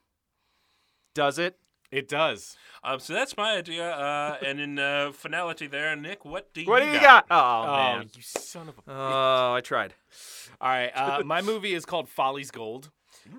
Speaker 6: Does it?
Speaker 7: It does.
Speaker 4: um, so that's my idea. Uh, and in uh, finality, there, Nick, what do you?
Speaker 6: What do you
Speaker 4: got?
Speaker 6: got? Oh,
Speaker 7: Oh,
Speaker 6: man.
Speaker 7: you son of a.
Speaker 6: (laughs) Oh, I tried.
Speaker 7: All right. Uh, my movie is called Folly's Gold,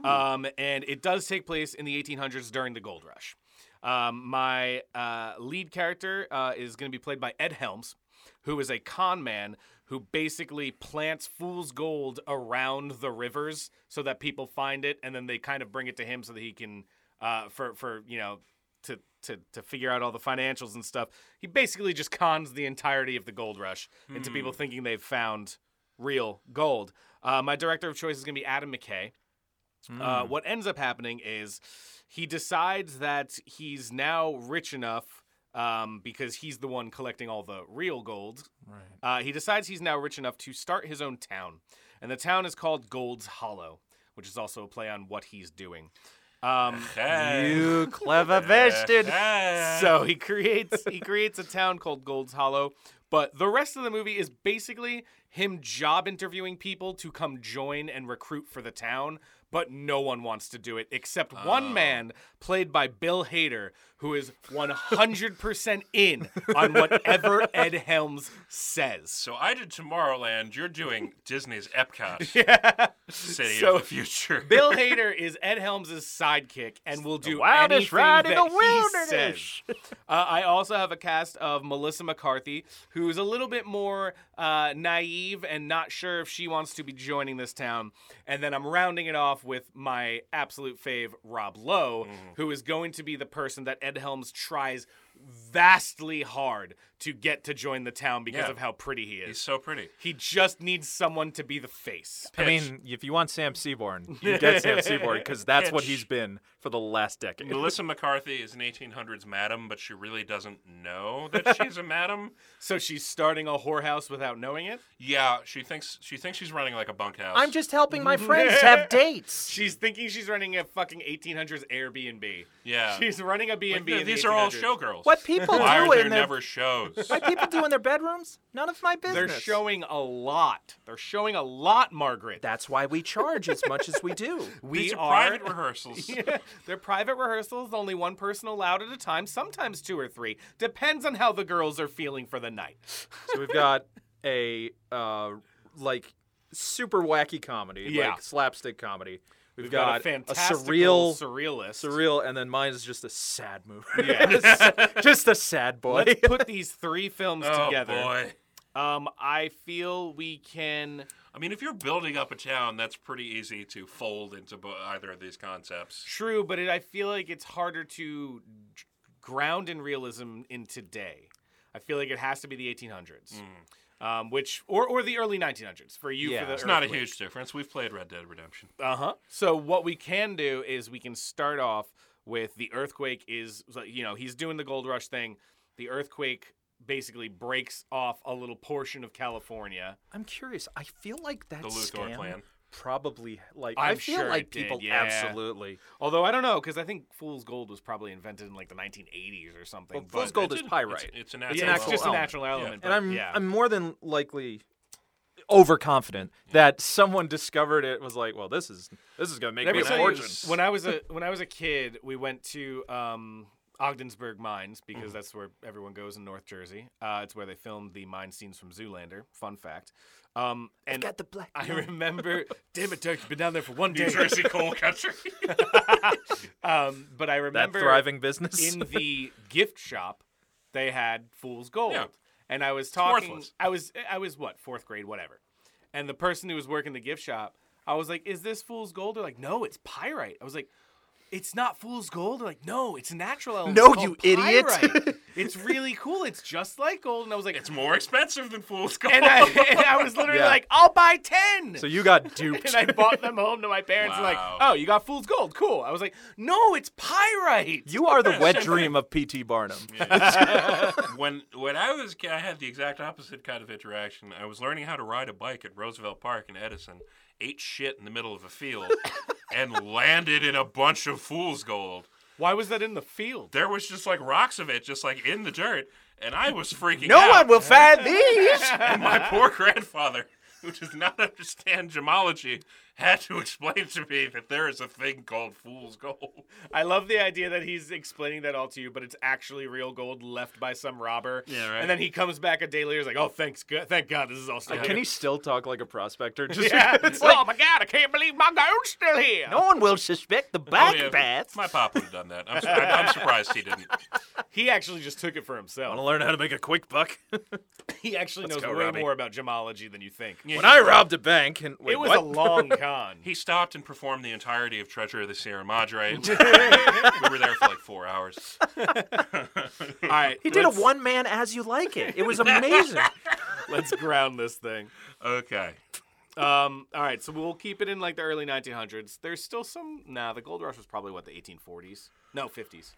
Speaker 7: um, and it does take place in the 1800s during the gold rush. Um, my uh, lead character uh, is going to be played by Ed Helms, who is a con man who basically plants fool's gold around the rivers so that people find it, and then they kind of bring it to him so that he can, uh, for for you know, to to to figure out all the financials and stuff. He basically just cons the entirety of the gold rush into people thinking they've found real gold. Uh, my director of choice is going to be Adam McKay. Uh, what ends up happening is he decides that he's now rich enough um, because he's the one collecting all the real gold. Right. Uh, he decides he's now rich enough to start his own town, and the town is called Gold's Hollow, which is also a play on what he's doing. Um,
Speaker 4: Hey.
Speaker 6: You
Speaker 4: (laughs)
Speaker 6: clever bitch, dude.
Speaker 4: Hey.
Speaker 7: so he creates he creates a town called Gold's Hollow, but the rest of the movie is basically him job interviewing people to come join and recruit for the town, but no one wants to do it except one man played by Bill Hader, who is 100% in on whatever Ed Helms says.
Speaker 4: So I did Tomorrowland. You're doing Disney's
Speaker 6: (laughs)
Speaker 4: Epcot City
Speaker 7: So-
Speaker 4: of the Future.
Speaker 7: Bill Hader is Ed Helms' sidekick and will do
Speaker 6: wildest
Speaker 7: anything
Speaker 6: ride in
Speaker 7: that
Speaker 6: the
Speaker 7: he
Speaker 6: wilderness.
Speaker 7: says. Uh, I also have a cast of Melissa McCarthy, who is a little bit more uh, naive and not sure if she wants to be joining this town. And then I'm rounding it off with my absolute fave, Rob Lowe, who is going to be the person that Ed Helms tries vastly hard to get to join the town because
Speaker 4: Yeah.
Speaker 7: of how pretty he is.
Speaker 4: He's so pretty.
Speaker 7: he just needs someone to be the face.
Speaker 6: I mean, if you want Sam
Speaker 7: (laughs)
Speaker 6: Seaborn, you get Sam Seaborn because that's what he's been for the last decade.
Speaker 4: Melissa McCarthy is an 1800s madam, but she really doesn't know that
Speaker 6: (laughs)
Speaker 4: she's a madam.
Speaker 7: So she's starting a whorehouse without knowing it?
Speaker 4: Yeah, she thinks she thinks she's running like a bunkhouse.
Speaker 6: I'm just helping my friends
Speaker 7: (laughs)
Speaker 6: have dates.
Speaker 7: She's thinking she's running a fucking 1800s Airbnb.
Speaker 6: (laughs)
Speaker 4: Yeah.
Speaker 7: She's running a B&B
Speaker 4: Like,
Speaker 7: in the
Speaker 4: these are all
Speaker 7: 1800s.
Speaker 4: showgirls.
Speaker 6: What people
Speaker 4: Why
Speaker 6: do
Speaker 4: are there
Speaker 6: in their
Speaker 4: never shows?
Speaker 6: (laughs) what people do in their bedrooms, none of my
Speaker 7: They're
Speaker 6: business.
Speaker 7: showing a lot. They're showing a lot, Margaret.
Speaker 6: That's why we charge as much as we do.
Speaker 7: we
Speaker 4: These are
Speaker 7: are
Speaker 4: private rehearsals.
Speaker 7: They're private rehearsals, only one person allowed at a time, sometimes two or three. Depends on how the girls are feeling for the night.
Speaker 6: (laughs) So we've got a uh, like super wacky comedy,
Speaker 7: Yeah.
Speaker 6: like slapstick comedy. We've,
Speaker 7: We've
Speaker 6: got,
Speaker 7: got, a fantastical
Speaker 6: surreal,
Speaker 7: surrealist.
Speaker 6: surreal, and then mine is just a sad movie. (laughs) just a sad boy.
Speaker 7: Let's put these three films
Speaker 4: oh
Speaker 7: together.
Speaker 4: boy.
Speaker 7: Um, I feel we can.
Speaker 4: I mean, if you're building up a town, that's pretty easy to fold into bo- either of these concepts.
Speaker 7: True, but it, I feel like it's harder to g- ground in realism in today. I feel like it has to be the 1800s, um, which or or the early 1900s for you.
Speaker 6: Mm. Yeah.
Speaker 7: for the
Speaker 6: It's
Speaker 4: It's not a huge difference. We've played Red Dead Redemption.
Speaker 7: Uh huh. So what we can do is we can start off with the earthquake is you know he's doing the gold rush thing. The earthquake basically breaks off a little portion of California.
Speaker 6: I'm curious. I feel like that
Speaker 4: The Luthor
Speaker 6: scam
Speaker 4: plan.
Speaker 6: probably like I
Speaker 7: I'm
Speaker 6: feel
Speaker 7: sure
Speaker 6: like
Speaker 7: it did,
Speaker 6: people
Speaker 7: yeah.
Speaker 6: absolutely.
Speaker 7: Although I don't know because I think fool's gold was probably invented in like the 1980s or something.
Speaker 6: Well,
Speaker 7: but-
Speaker 6: fool's gold
Speaker 4: It's
Speaker 6: is
Speaker 4: an-
Speaker 6: pyrite.
Speaker 4: It's, it's an actual.
Speaker 7: yeah, it's just a
Speaker 6: element.
Speaker 7: natural element.
Speaker 6: and
Speaker 7: but
Speaker 6: I'm
Speaker 7: yeah.
Speaker 6: I'm more than likely overconfident that someone discovered it and was like, well, this is this is gonna make
Speaker 7: Let
Speaker 6: me
Speaker 7: me
Speaker 6: a
Speaker 7: tell you,
Speaker 6: fortune.
Speaker 7: when I was a when I was a kid, we went to um, Ogdensburg Mines because
Speaker 6: Mm-hmm.
Speaker 7: that's where everyone goes in North Jersey. Uh, it's where they filmed the mine scenes from Zoolander. Fun fact. Um, and
Speaker 6: Got the black. (laughs)
Speaker 7: I remember, damn it, Dirk, you've been down there for one day.
Speaker 4: Jersey coal country.
Speaker 7: (laughs) Um, but I
Speaker 6: that
Speaker 7: remember
Speaker 6: thriving business.
Speaker 7: in the gift shop, they had fool's gold,
Speaker 4: Yeah.
Speaker 7: and I was talking.
Speaker 4: worthless.
Speaker 7: I was I was what fourth grade, whatever. And the person who was working the gift shop, I was like, "Is this fool's gold?" They're like, "No, it's pyrite." I was like. It's not fool's gold. They're like, no, it's a natural element.
Speaker 6: No,
Speaker 7: It's called
Speaker 6: you idiot." (laughs)
Speaker 7: pyrite. it's really cool. It's just like gold. And I was like,
Speaker 4: it's more expensive than fool's gold.
Speaker 7: and I,
Speaker 4: (laughs)
Speaker 7: and I was literally
Speaker 6: Yeah.
Speaker 7: like, I'll buy ten.
Speaker 6: (laughs) so you got
Speaker 7: (laughs)
Speaker 6: duped.
Speaker 7: and I bought them home to my parents. and Like,
Speaker 4: Wow.
Speaker 7: oh, you got fool's gold. Cool. I was like, no, it's pyrite.
Speaker 6: (laughs) you are the
Speaker 7: (laughs)
Speaker 6: wet dream of P.T. Barnum.
Speaker 4: (laughs) when when I was a kid, I had the exact opposite kind of interaction. I was learning how to ride a bike at Roosevelt Park in Edison, ate shit in the middle of a field, and landed in a bunch of fool's gold.
Speaker 7: Why was that in the field?
Speaker 4: There was just like rocks of it, just like in the dirt, and I was freaking
Speaker 6: No
Speaker 4: out.
Speaker 6: one will find these.
Speaker 7: (laughs)
Speaker 4: And my poor grandfather, who does not understand gemology, had to explain to me that there is a thing called fool's gold.
Speaker 7: I love the idea that he's explaining that all to you, but it's actually real gold left by some robber.
Speaker 4: Yeah, right.
Speaker 7: And then he comes back a day later, he's like, "Oh, thanks, God, thank God, this is all still." (laughs)
Speaker 6: Can
Speaker 7: here."
Speaker 6: he still talk like a prospector? (laughs) Just
Speaker 7: Yeah.
Speaker 6: it's
Speaker 7: oh
Speaker 6: like
Speaker 7: my God, I can't believe my gold's still here.
Speaker 6: no one will suspect the
Speaker 4: Oh,
Speaker 6: black
Speaker 4: yeah,
Speaker 6: bath.
Speaker 4: My pop would have done that. I'm, sur- I'm surprised he didn't.
Speaker 7: He actually just took it for
Speaker 6: Want to
Speaker 7: himself.
Speaker 6: learn how to make a quick buck?
Speaker 7: He actually knows
Speaker 6: go,
Speaker 7: way
Speaker 6: Robbie.
Speaker 7: more about gemology than you think.
Speaker 6: when I robbed a bank and wait,
Speaker 7: it was
Speaker 6: what?
Speaker 7: a
Speaker 6: (laughs)
Speaker 7: long con.
Speaker 4: He stopped and performed the entirety of Treasure of the Sierra Madre. we were there for like four hours.
Speaker 7: all right,
Speaker 6: he did a one man as you like it. It
Speaker 7: (laughs)
Speaker 6: was amazing.
Speaker 7: let's ground this thing.
Speaker 4: Okay.
Speaker 7: Um, all right, so we'll keep it in like the early 1900s. There's still some. Nah, the gold rush was probably what the 1840s. No, 50s.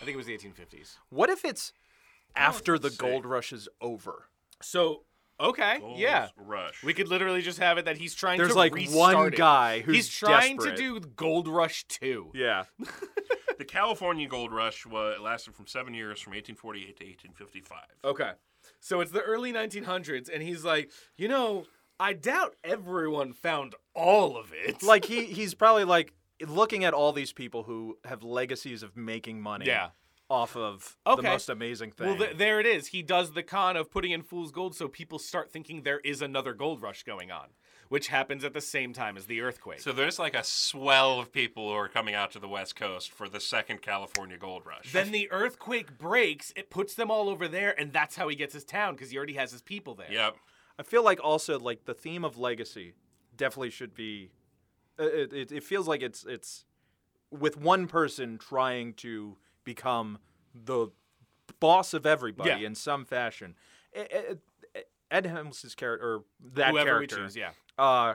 Speaker 7: I think it was the 1850s.
Speaker 6: What if it's
Speaker 7: Oh,
Speaker 6: after the gold rush is over?
Speaker 7: So okay, yeah,
Speaker 4: Gold Rush.
Speaker 7: we could literally just have it that he's trying.
Speaker 6: There's
Speaker 7: to
Speaker 6: like
Speaker 7: restart
Speaker 6: one
Speaker 7: it.
Speaker 6: guy who's
Speaker 7: he's trying
Speaker 6: desperate.
Speaker 7: to do Gold Rush Two.
Speaker 6: Yeah.
Speaker 4: the California Gold Rush was, lasted from seven years, from 1848 to 1855.
Speaker 7: Okay, so it's the early 1900s, and he's like, you know. I doubt everyone found all of it.
Speaker 6: (laughs) like he he's probably like looking at all these people who have legacies of making money
Speaker 7: Yeah.
Speaker 6: off of
Speaker 7: Okay.
Speaker 6: the most amazing thing.
Speaker 7: Well, th- there it is. He does the con of putting in fool's gold so people start thinking there is another gold rush going on, which happens at the same time as the earthquake.
Speaker 4: So there's like a swell of people who are coming out to the West Coast for the second California gold rush.
Speaker 7: then the earthquake breaks, it puts them all over there, and that's how he gets his town because he already has his people there.
Speaker 4: yep.
Speaker 6: I feel like also like the theme of legacy definitely should be. uh, It, it, it feels like it's it's with one person trying to become the boss of everybody
Speaker 7: Yeah.
Speaker 6: in some fashion. E- e- e- Ed Helms' character, or that
Speaker 7: Whoever we
Speaker 6: character,
Speaker 7: choose, yeah.
Speaker 6: uh,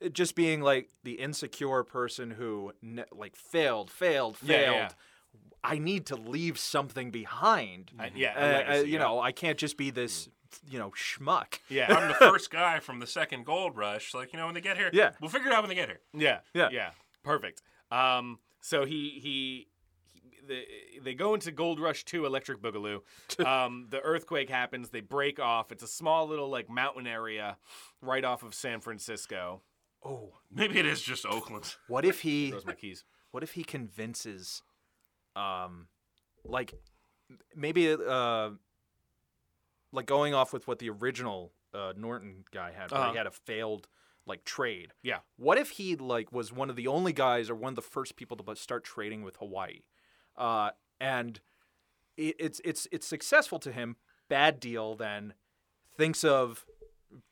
Speaker 6: it just being like the insecure person who ne- like failed, failed, failed.
Speaker 7: Yeah, yeah, yeah.
Speaker 6: I need to leave something behind.
Speaker 7: yeah, a
Speaker 6: Uh, uh,
Speaker 7: legacy,
Speaker 6: you
Speaker 7: yeah.
Speaker 6: know, I can't just be this, you know, schmuck.
Speaker 7: Yeah.
Speaker 4: I'm the first guy from the second gold rush. Like, you know, when they get here,
Speaker 6: Yeah.
Speaker 4: we'll figure it out when they get here.
Speaker 7: Yeah.
Speaker 6: Yeah.
Speaker 7: Yeah. Perfect. Um, so he he, he the, they go into Gold Rush 2 Electric
Speaker 6: (laughs)
Speaker 7: Boogaloo. Um, the earthquake happens, they break off. It's a small little like mountain area right off of San Francisco.
Speaker 4: Oh, Maybe it is just Oakland.
Speaker 6: What if he?
Speaker 7: Those are my
Speaker 6: (laughs)
Speaker 7: keys.
Speaker 6: What if he convinces, um, like, m- maybe uh, like going off with what the original uh, Norton guy had, where
Speaker 7: Uh-huh.
Speaker 6: he had a failed like trade.
Speaker 7: Yeah.
Speaker 6: What if he like was one of the only guys or one of the first people to bu- start trading with Hawaii, uh, and it, it's it's it's successful to him. Bad deal then thinks of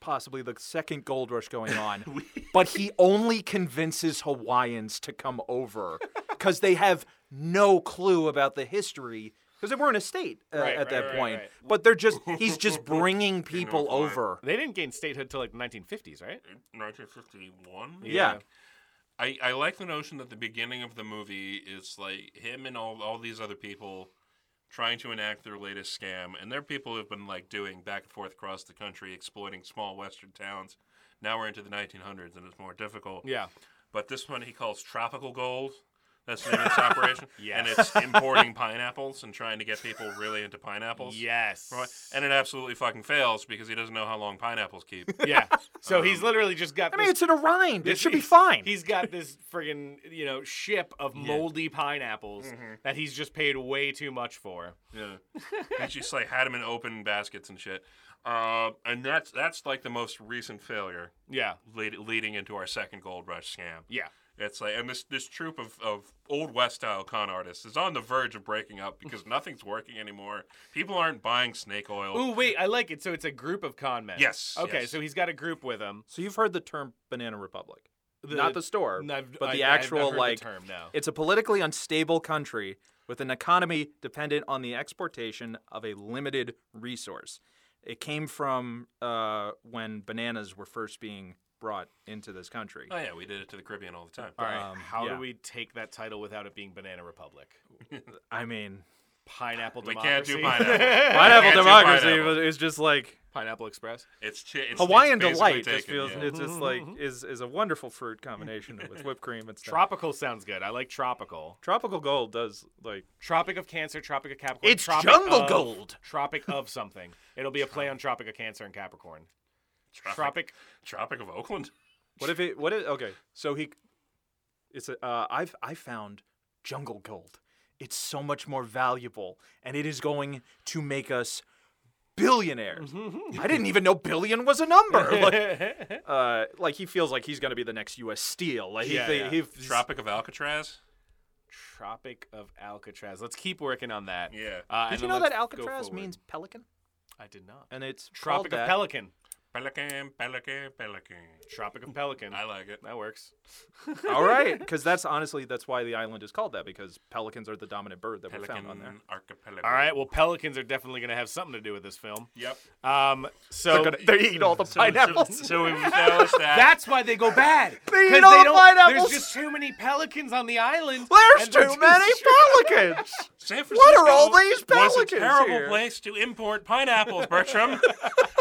Speaker 6: possibly the second gold rush
Speaker 7: (laughs)
Speaker 6: going on, but he only convinces Hawaiians to come
Speaker 7: (laughs)
Speaker 6: over because they have no clue about the history because they weren't a state uh,
Speaker 7: Right,
Speaker 6: at that
Speaker 7: right, right,
Speaker 6: point.
Speaker 7: right.
Speaker 6: But they're just he's just bringing people
Speaker 4: Hawaii.
Speaker 6: over.
Speaker 7: They didn't gain statehood till like the 1950s, right?
Speaker 4: 1951?
Speaker 6: Yeah.
Speaker 4: I, I like the notion that the beginning of the movie is like him and all, all these other people trying to enact their latest scam. And they're people who've been like doing back and forth across the country, exploiting small Western towns. Now we're into the 1900s and it's more difficult.
Speaker 7: Yeah.
Speaker 4: But this one he calls Tropical Gold. That's the name of this operation. And it's importing pineapples and trying to get people really into pineapples.
Speaker 7: Yes.
Speaker 4: Right. And it absolutely fucking fails because he doesn't know how long pineapples keep.
Speaker 6: (laughs)
Speaker 7: Yeah. So he's literally just got
Speaker 6: Um, I mean,
Speaker 7: this
Speaker 6: it's in a rind. It should be
Speaker 7: he's-
Speaker 6: fine.
Speaker 7: He's got this friggin' you know ship of moldy pineapples
Speaker 6: Mm-hmm.
Speaker 7: that he's just paid way too much for.
Speaker 4: Yeah, and she just like had him in open baskets and shit. Uh, and that's that's like the most recent failure,
Speaker 7: Yeah.
Speaker 4: lead, leading into our second gold rush scam.
Speaker 7: Yeah.
Speaker 4: It's like, and this this troop of, of old west style con artists is on the verge of breaking up because nothing's working anymore. People aren't buying snake oil.
Speaker 7: Ooh, wait, I like it. So it's a group of con men.
Speaker 4: Yes,
Speaker 7: Okay,
Speaker 4: yes.
Speaker 7: so he's got a group with him.
Speaker 6: so you've heard the term Banana Republic, not the store,
Speaker 7: I've-
Speaker 6: but
Speaker 7: I-
Speaker 6: the
Speaker 7: I've not
Speaker 6: actual
Speaker 7: heard the
Speaker 6: like
Speaker 7: term, no.
Speaker 6: It's a politically unstable country with an economy dependent on the exportation of a limited resource. It came from uh, when bananas were first being brought into this country.
Speaker 4: Oh yeah, we did it to the Caribbean all the time.
Speaker 7: All right.
Speaker 6: um,
Speaker 7: How
Speaker 6: yeah.
Speaker 7: do we take that title without it being Banana Republic?
Speaker 6: I mean,
Speaker 7: Pineapple
Speaker 4: we can't
Speaker 7: democracy. (laughs)
Speaker 4: do pineapple.
Speaker 6: pineapple
Speaker 4: Can't do
Speaker 6: democracy
Speaker 4: pineapple.
Speaker 6: was- is just like
Speaker 7: Pineapple Express.
Speaker 4: It's, chi- it's
Speaker 6: Hawaiian
Speaker 4: it's basically
Speaker 6: delight. Just
Speaker 4: taken,
Speaker 6: feels
Speaker 4: yeah.
Speaker 6: it's just like is is a wonderful fruit combination with whipped cream and stuff.
Speaker 7: Tropical sounds good. I like tropical.
Speaker 6: Tropical gold does like
Speaker 7: Tropic of Cancer, Tropic of Capricorn. Tropic of- Tropic of something. It'll be a play on Tropic of Cancer and Capricorn. Tropic.
Speaker 4: Tropic of Oakland.
Speaker 6: What if it? What if? Okay, so he. It's a. Uh, I've I found jungle gold. It's so much more valuable, and it is going to make us billionaires.
Speaker 7: Mm-hmm.
Speaker 6: I didn't even know billion was
Speaker 7: (laughs)
Speaker 6: a number. Like, uh, like he feels like he's going to be the next U.S. Steel. Like he,
Speaker 7: Yeah,
Speaker 6: thi-
Speaker 7: yeah.
Speaker 6: he,
Speaker 4: Tropic of Alcatraz.
Speaker 7: Tropic of Alcatraz. Let's keep working on that.
Speaker 4: Yeah.
Speaker 7: Uh, and
Speaker 6: Did you
Speaker 7: then
Speaker 6: know that
Speaker 7: let's go
Speaker 6: Alcatraz
Speaker 7: forward.
Speaker 6: means pelican?
Speaker 7: I did not.
Speaker 6: And it's
Speaker 7: Tropic
Speaker 6: called
Speaker 7: of
Speaker 6: that.
Speaker 7: Pelican.
Speaker 4: Pelican, pelican, pelican.
Speaker 7: Tropic of Pelican.
Speaker 4: I like it.
Speaker 7: that works.
Speaker 6: All
Speaker 7: (laughs)
Speaker 6: right, because that's honestly that's why the island is called that because pelicans are the dominant bird that we
Speaker 4: Pelican
Speaker 6: found on there.
Speaker 4: archipelago.
Speaker 7: All right. Well, pelicans are definitely going to have something to do with this film.
Speaker 4: Yep.
Speaker 7: Um. So
Speaker 6: They're gonna- they eat all (laughs) the pineapples.
Speaker 4: So
Speaker 6: (laughs)
Speaker 4: we've established that.
Speaker 7: that's why they go bad. (laughs) 'Cause
Speaker 6: eat all the
Speaker 7: don't-
Speaker 6: pineapples.
Speaker 7: There's just too many pelicans on the island.
Speaker 6: There's
Speaker 7: and they're
Speaker 6: (laughs) too
Speaker 7: just-
Speaker 6: many
Speaker 7: (laughs)
Speaker 6: pelicans.
Speaker 4: San
Speaker 6: What are all
Speaker 4: Francisco
Speaker 6: these
Speaker 4: was a
Speaker 6: pelicans
Speaker 4: terrible
Speaker 6: here?
Speaker 4: place to import pineapples,
Speaker 6: (laughs)
Speaker 4: Bertram.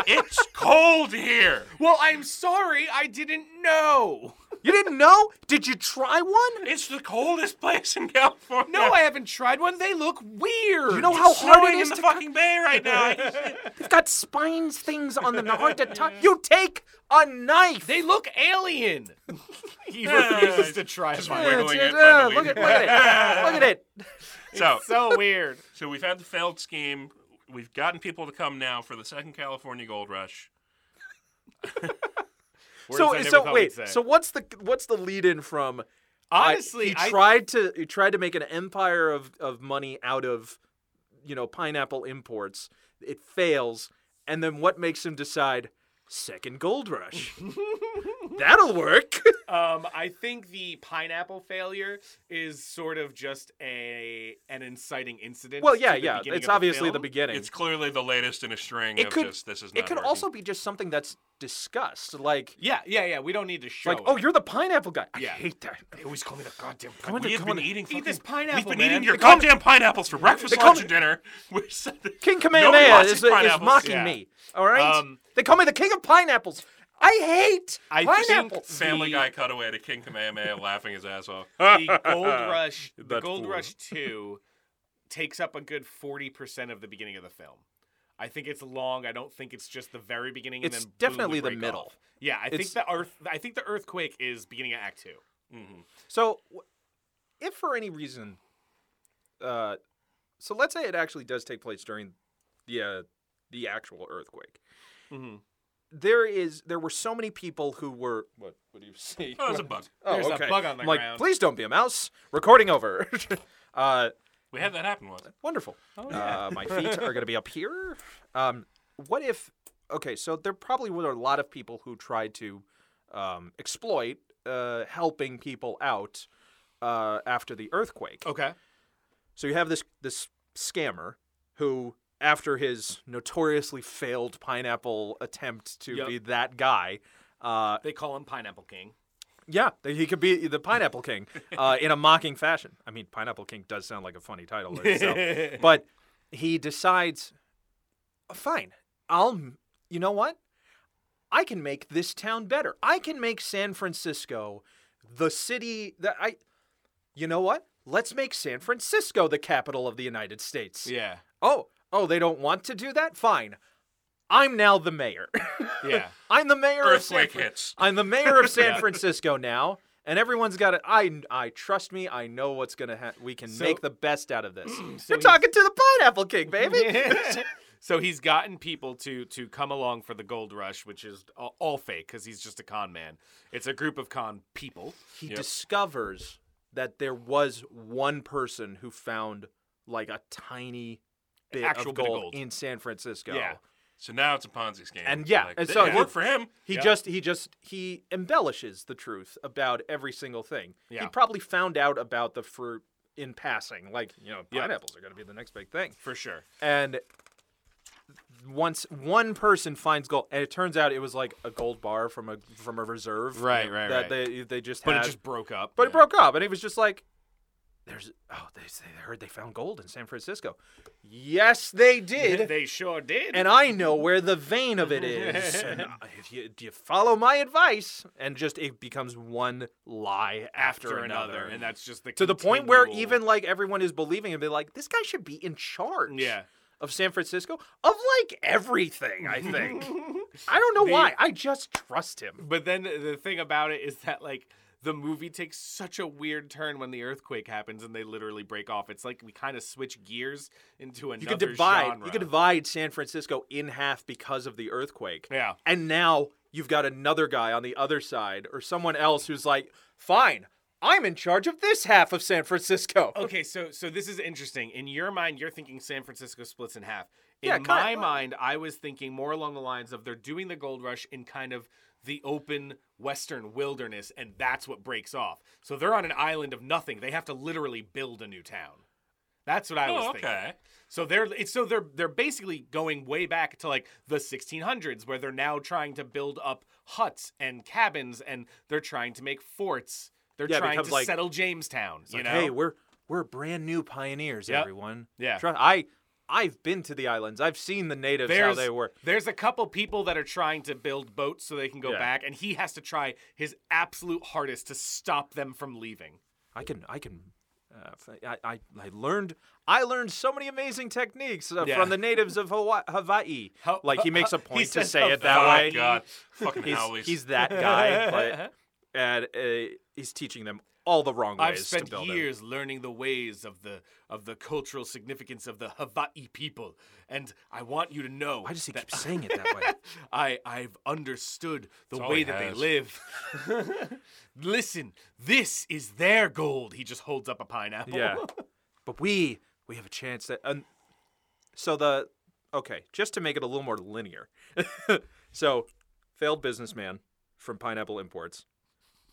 Speaker 4: it's cold here.
Speaker 7: Well, I'm sorry, I didn't know.
Speaker 6: You didn't know? Did you try one?
Speaker 4: It's the coldest place in California.
Speaker 7: No, I haven't tried one. They look weird.
Speaker 6: You know how hard
Speaker 4: snowing
Speaker 6: it is
Speaker 4: in the
Speaker 6: to
Speaker 4: fucking bay right
Speaker 6: (laughs)
Speaker 4: now.
Speaker 6: They've got spines things on them, hard to (laughs) touch. You take a
Speaker 7: (laughs)
Speaker 6: knife.
Speaker 7: they look alien. (laughs) he
Speaker 6: (laughs)
Speaker 7: refuses to try one.
Speaker 6: Yeah,
Speaker 4: wiggling
Speaker 6: it's-
Speaker 4: it,
Speaker 6: yeah,
Speaker 4: finally.
Speaker 6: look at look at it. Look at it.
Speaker 4: so,
Speaker 7: So weird.
Speaker 4: so we've had the failed scheme. We've gotten people to come now for the second California Gold Rush.
Speaker 7: (laughs) Words I
Speaker 6: So
Speaker 7: never
Speaker 6: so
Speaker 7: thought
Speaker 6: wait.
Speaker 7: we'd say.
Speaker 6: So what's the what's the lead in from? I-
Speaker 7: honestly,
Speaker 6: he
Speaker 7: I,
Speaker 6: tried to he tried to make an empire of of money out of you know pineapple imports. It fails, and then what makes him decide? Second
Speaker 7: (laughs)
Speaker 6: gold rush. That'll work.
Speaker 7: um, I think the pineapple failure is sort of just a an inciting incident.
Speaker 6: well, yeah,
Speaker 7: to the
Speaker 6: yeah.
Speaker 7: beginning
Speaker 6: It's
Speaker 7: of the
Speaker 6: obviously the
Speaker 7: film.
Speaker 6: beginning.
Speaker 4: It's clearly the latest in a string
Speaker 6: It
Speaker 4: of
Speaker 6: could-
Speaker 4: just this is not
Speaker 6: it could
Speaker 4: working.
Speaker 6: also be just something that's discussed, like
Speaker 7: Yeah, yeah, yeah. We don't need to show.
Speaker 6: like
Speaker 7: it.
Speaker 6: oh, you're the pineapple guy. I
Speaker 7: Yeah.
Speaker 6: hate that.
Speaker 7: They always call me the goddamn.
Speaker 6: Come on,
Speaker 4: We have
Speaker 6: come
Speaker 4: been
Speaker 6: on. (laughs)
Speaker 4: eating fucking
Speaker 7: Eat this pineapple,
Speaker 4: We've been
Speaker 7: man.
Speaker 4: eating your goddamn pineapples for breakfast,
Speaker 6: They call
Speaker 4: lunch,
Speaker 6: me-
Speaker 4: and dinner. (laughs) We said that
Speaker 6: King
Speaker 4: Nobody
Speaker 6: Kamehameha
Speaker 4: wants
Speaker 6: is,
Speaker 4: these
Speaker 6: is
Speaker 4: pineapples.
Speaker 6: mocking
Speaker 7: Yeah.
Speaker 6: me. All right,
Speaker 7: Um,
Speaker 6: they call me the king of pineapples. I hate
Speaker 7: I think
Speaker 6: pineapples.
Speaker 4: Family
Speaker 7: The-
Speaker 4: Guy cutaway to King Kamehameha (laughs) laughing his ass off.
Speaker 7: the Gold Rush, the
Speaker 4: That
Speaker 7: Gold
Speaker 4: fool.
Speaker 7: Rush Two, takes up a good forty percent of the beginning of the film. I think it's long. I don't think it's just the very beginning.
Speaker 6: It's
Speaker 7: and then boom,
Speaker 6: definitely
Speaker 7: we
Speaker 6: the
Speaker 7: break
Speaker 6: middle.
Speaker 7: off. Yeah, I
Speaker 6: It's-
Speaker 7: think the earth. I think the earthquake is beginning of Act Two.
Speaker 6: So, w- if for any reason, uh, so let's say it actually does take place during the uh, the actual earthquake.
Speaker 7: Mm-hmm.
Speaker 6: There is there were so many people who were what what do you (laughs) see?
Speaker 4: Oh, there's a bug.
Speaker 6: Oh,
Speaker 7: There's a
Speaker 6: okay.
Speaker 7: bug on the
Speaker 6: I'm like,
Speaker 7: ground.
Speaker 6: please don't be a mouse. Recording over. (laughs) uh,
Speaker 4: We had that happen once.
Speaker 6: Wonderful. uh, my feet are going to be up here. Um, what if? Okay, so there probably were a lot of people who tried to um, exploit uh, helping people out uh, after the earthquake.
Speaker 7: Okay.
Speaker 6: So you have this this scammer who, after his notoriously failed pineapple attempt to
Speaker 7: Yep.
Speaker 6: be that guy, uh,
Speaker 7: They call him Pineapple (laughs) King.
Speaker 6: yeah, th- he could be the Pineapple King uh, in a mocking fashion. I mean, Pineapple King does sound like a funny title,
Speaker 7: (laughs)
Speaker 6: in itself. but he decides, fine, I'll. You know what? I can make this town better. I can make San Francisco the city that I. You know what? Let's make San Francisco the capital of the United States.
Speaker 7: Yeah.
Speaker 6: Oh, oh, they don't want to do that. Fine, I'm now the mayor. (laughs)
Speaker 7: Yeah.
Speaker 6: I'm the mayor of San
Speaker 4: Earthquake
Speaker 6: Fran-
Speaker 4: hits.
Speaker 6: I'm the mayor of
Speaker 7: (laughs)
Speaker 6: San Francisco now, and everyone's got it. I I trust me. I know what's gonna happen. We can
Speaker 7: So-
Speaker 6: make the best out
Speaker 7: (clears throat)
Speaker 6: of this. You're
Speaker 7: he's-
Speaker 6: talking to the pineapple king,
Speaker 7: (laughs)
Speaker 6: baby.
Speaker 7: so he's gotten people to to come along for the gold rush, which is a- all fake because he's just a con man. It's a group of con people.
Speaker 6: he discovers that there was one person who found like a tiny bit
Speaker 7: Actual
Speaker 6: of
Speaker 7: bit of
Speaker 6: gold,
Speaker 7: gold.
Speaker 6: in San Francisco.
Speaker 7: Yeah.
Speaker 4: So now it's a Ponzi scheme.
Speaker 6: And yeah,
Speaker 4: Like,
Speaker 6: and
Speaker 4: they-
Speaker 6: so-
Speaker 4: it worked for him.
Speaker 6: He just he just he embellishes the truth about every single thing.
Speaker 7: Yeah.
Speaker 6: He probably found out about the fruit in passing, like you know,
Speaker 7: Yeah.
Speaker 6: pineapples are gonna be the next big thing.
Speaker 7: For sure.
Speaker 6: and once one person finds gold, and it turns out it was like a gold bar from a from a reserve,
Speaker 7: Right, right, right.
Speaker 6: that They they just
Speaker 7: But
Speaker 6: had,
Speaker 7: it just broke up.
Speaker 6: but it broke up, and it was just like, there's oh they they heard they found gold in San Francisco, yes they
Speaker 7: (laughs)
Speaker 6: did,
Speaker 7: They sure did.
Speaker 6: and I know where the vein of
Speaker 7: (laughs)
Speaker 6: it is, and I- if you do you follow my advice, and just it becomes one lie after,
Speaker 7: after another, and that's just the
Speaker 6: to the point where
Speaker 7: continual-
Speaker 6: even like everyone is believing and they're like, this guy should be in charge
Speaker 7: yeah.
Speaker 6: of San Francisco of like everything, I think. I don't know why. I just trust him.
Speaker 7: But then the the thing about it is that like the movie takes such a weird turn when the earthquake happens and they literally break off. It's like we kind of switch gears into another
Speaker 6: You could divide
Speaker 7: genre.
Speaker 6: you could divide San Francisco in half because of the earthquake.
Speaker 7: Yeah.
Speaker 6: And now you've got another guy on the other side or someone else who's like, "Fine, I'm in charge of this half of San Francisco."
Speaker 7: (laughs) Okay, so so this is interesting. In your mind, you're thinking San Francisco splits in half. In
Speaker 6: Yeah,
Speaker 7: my
Speaker 6: kind-
Speaker 7: mind, I was thinking more along the lines of they're doing the gold rush in kind of the open western wilderness, and that's what breaks off. So they're on an island of nothing. They have to literally build a new town. That's what I was
Speaker 4: Oh,
Speaker 7: thinking.
Speaker 4: okay.
Speaker 7: So they're it's so they're they're basically going way back to like the 1600s where they're now trying to build up huts and cabins and they're trying to make forts. They're
Speaker 6: Yeah, it
Speaker 7: trying
Speaker 6: becomes
Speaker 7: to
Speaker 6: like-
Speaker 7: settle Jamestown, you
Speaker 6: Like,
Speaker 7: know.
Speaker 6: Hey, we're we're brand new pioneers,
Speaker 7: Yep.
Speaker 6: everyone.
Speaker 7: Yeah.
Speaker 6: Tru- I I've been to the islands. I've seen the natives how
Speaker 7: There's,
Speaker 6: they were.
Speaker 7: there's a couple people that are trying to build boats so they can go
Speaker 6: Yeah.
Speaker 7: back, and he has to try his absolute hardest to stop them from leaving.
Speaker 6: I can I can uh, f- I, I I learned I learned so many amazing techniques uh,
Speaker 7: Yeah.
Speaker 6: from the natives of Hawaii. Hawaii.
Speaker 7: Ho- (laughs)
Speaker 6: like he makes a
Speaker 7: he
Speaker 6: point to
Speaker 7: says
Speaker 6: say it that
Speaker 4: Oh,
Speaker 6: way. (laughs)
Speaker 4: God. Fucking
Speaker 6: He's,
Speaker 4: Howley's.
Speaker 6: he's that guy, but and uh, he's teaching them all the wrong ways
Speaker 7: I've spent
Speaker 6: to build it.
Speaker 7: years learning the ways of the of the cultural significance of the Hawaii people, and I want you to know.
Speaker 6: Why does he
Speaker 7: that
Speaker 6: keep saying it
Speaker 7: (laughs)
Speaker 6: that way?
Speaker 7: I I've understood the
Speaker 4: all
Speaker 7: way
Speaker 4: he
Speaker 7: that they
Speaker 4: has.
Speaker 7: live. (laughs) Listen, this is their gold. He just holds up a pineapple.
Speaker 6: Yeah. but we we have a chance that and so the okay, just to make it a little more linear. (laughs) so, failed businessman from Pineapple Imports.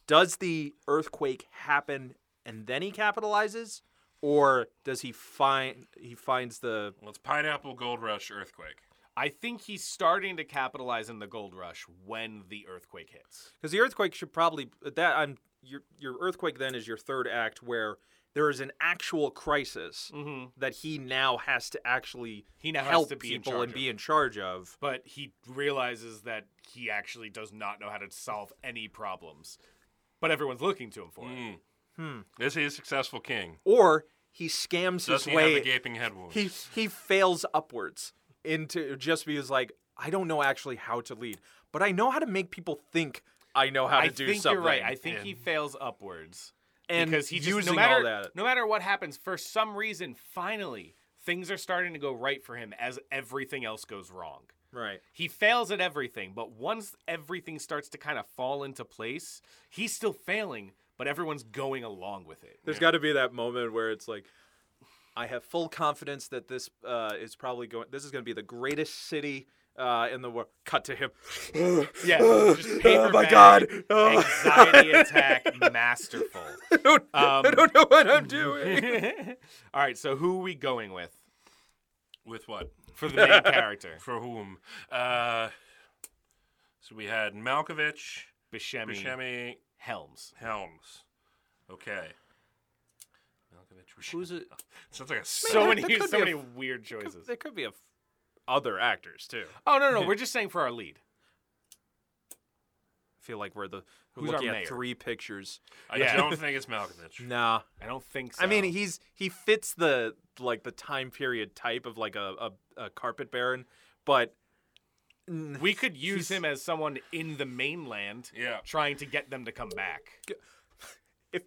Speaker 6: Does the earthquake happen and then he capitalizes or does he find he finds the
Speaker 4: Well, it's Pineapple Gold Rush Earthquake.
Speaker 7: (laughs) I think he's starting to capitalize in the gold rush when the earthquake hits.
Speaker 6: cuz the earthquake should probably that I'm your your earthquake then is your third act where there is an actual crisis that he now has to actually
Speaker 7: Mm-hmm. He now has
Speaker 6: help
Speaker 7: to be in
Speaker 6: people
Speaker 7: charge
Speaker 6: and
Speaker 7: of.
Speaker 6: be in charge of.
Speaker 7: But he realizes that he actually does not know how to solve any problems. But everyone's looking to him for
Speaker 6: Mm,
Speaker 7: it.
Speaker 4: Is he a successful king?
Speaker 6: or he scams his
Speaker 4: Does he
Speaker 6: way.
Speaker 4: have a gaping head wound?
Speaker 6: he he fails upwards into just because like I don't know actually how to lead, but I know how to make people think I know how to
Speaker 7: I
Speaker 6: do
Speaker 7: think
Speaker 6: something.
Speaker 7: you're right. I think he fails upwards.
Speaker 6: and
Speaker 7: because he just
Speaker 6: using
Speaker 7: no matter
Speaker 6: all that.
Speaker 7: no matter what happens, for some reason, finally things are starting to go right for him as everything else goes wrong.
Speaker 6: Right.
Speaker 7: He fails at everything, but once everything starts to kind of fall into place, he's still failing, but everyone's going along with
Speaker 6: (laughs)
Speaker 7: it.
Speaker 6: There's got to be that moment where it's like, I have full confidence that this uh, is probably going. This is going to be the greatest city uh, in the world. Cut to him.
Speaker 7: Yeah,
Speaker 6: (gasps)
Speaker 7: just paper oh my god,
Speaker 6: (laughs)
Speaker 7: anxiety attack, masterful.
Speaker 4: Um,
Speaker 6: I don't know what I'm doing.
Speaker 7: (laughs) All right, so who are we going with
Speaker 4: With what?
Speaker 7: for the main
Speaker 6: (laughs)
Speaker 7: character?
Speaker 4: For whom? Uh, so we had Malkovich,
Speaker 7: Buscemi,
Speaker 4: Buscemi,
Speaker 7: Helms.
Speaker 4: Helms. Okay. Malkovich, Buscemi.
Speaker 6: Who's it?
Speaker 4: Sounds like a
Speaker 7: So
Speaker 4: so
Speaker 7: many,
Speaker 6: there could
Speaker 7: so
Speaker 6: be a-
Speaker 7: many weird choices.
Speaker 6: There could be a f- other actors too.
Speaker 7: Oh no,
Speaker 6: (laughs)
Speaker 7: no, we're just saying for our lead.
Speaker 6: I feel like we're the
Speaker 7: Who's our
Speaker 6: looking
Speaker 7: mayor?
Speaker 6: at three pictures.
Speaker 4: I
Speaker 7: Yeah.
Speaker 4: don't think it's Malkovich.
Speaker 6: (laughs) Nah.
Speaker 7: I don't think so.
Speaker 6: I mean, he's he fits the like the time period type of like a a, a carpet baron, but
Speaker 7: we could use him as someone in the mainland,
Speaker 4: Yeah.
Speaker 7: trying to get them to come back.
Speaker 6: if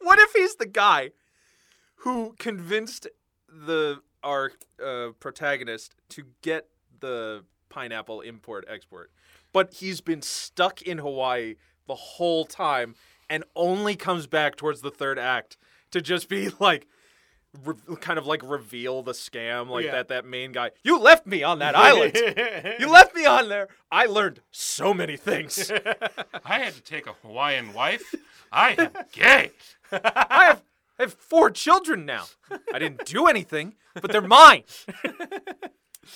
Speaker 6: what if he's the guy who convinced the our uh, protagonist to get the pineapple import export, but he's been stuck in Hawaii the whole time and only comes back towards the third act to just be (laughs) like. Re- kind of like reveal the scam like
Speaker 7: Yeah.
Speaker 6: that that main guy you left me on
Speaker 7: (laughs)
Speaker 6: that (laughs) island you left me on there i learned so many things
Speaker 4: I had to take a Hawaiian wife. I am gay.
Speaker 6: I have I have four children now. I didn't do anything, but they're mine.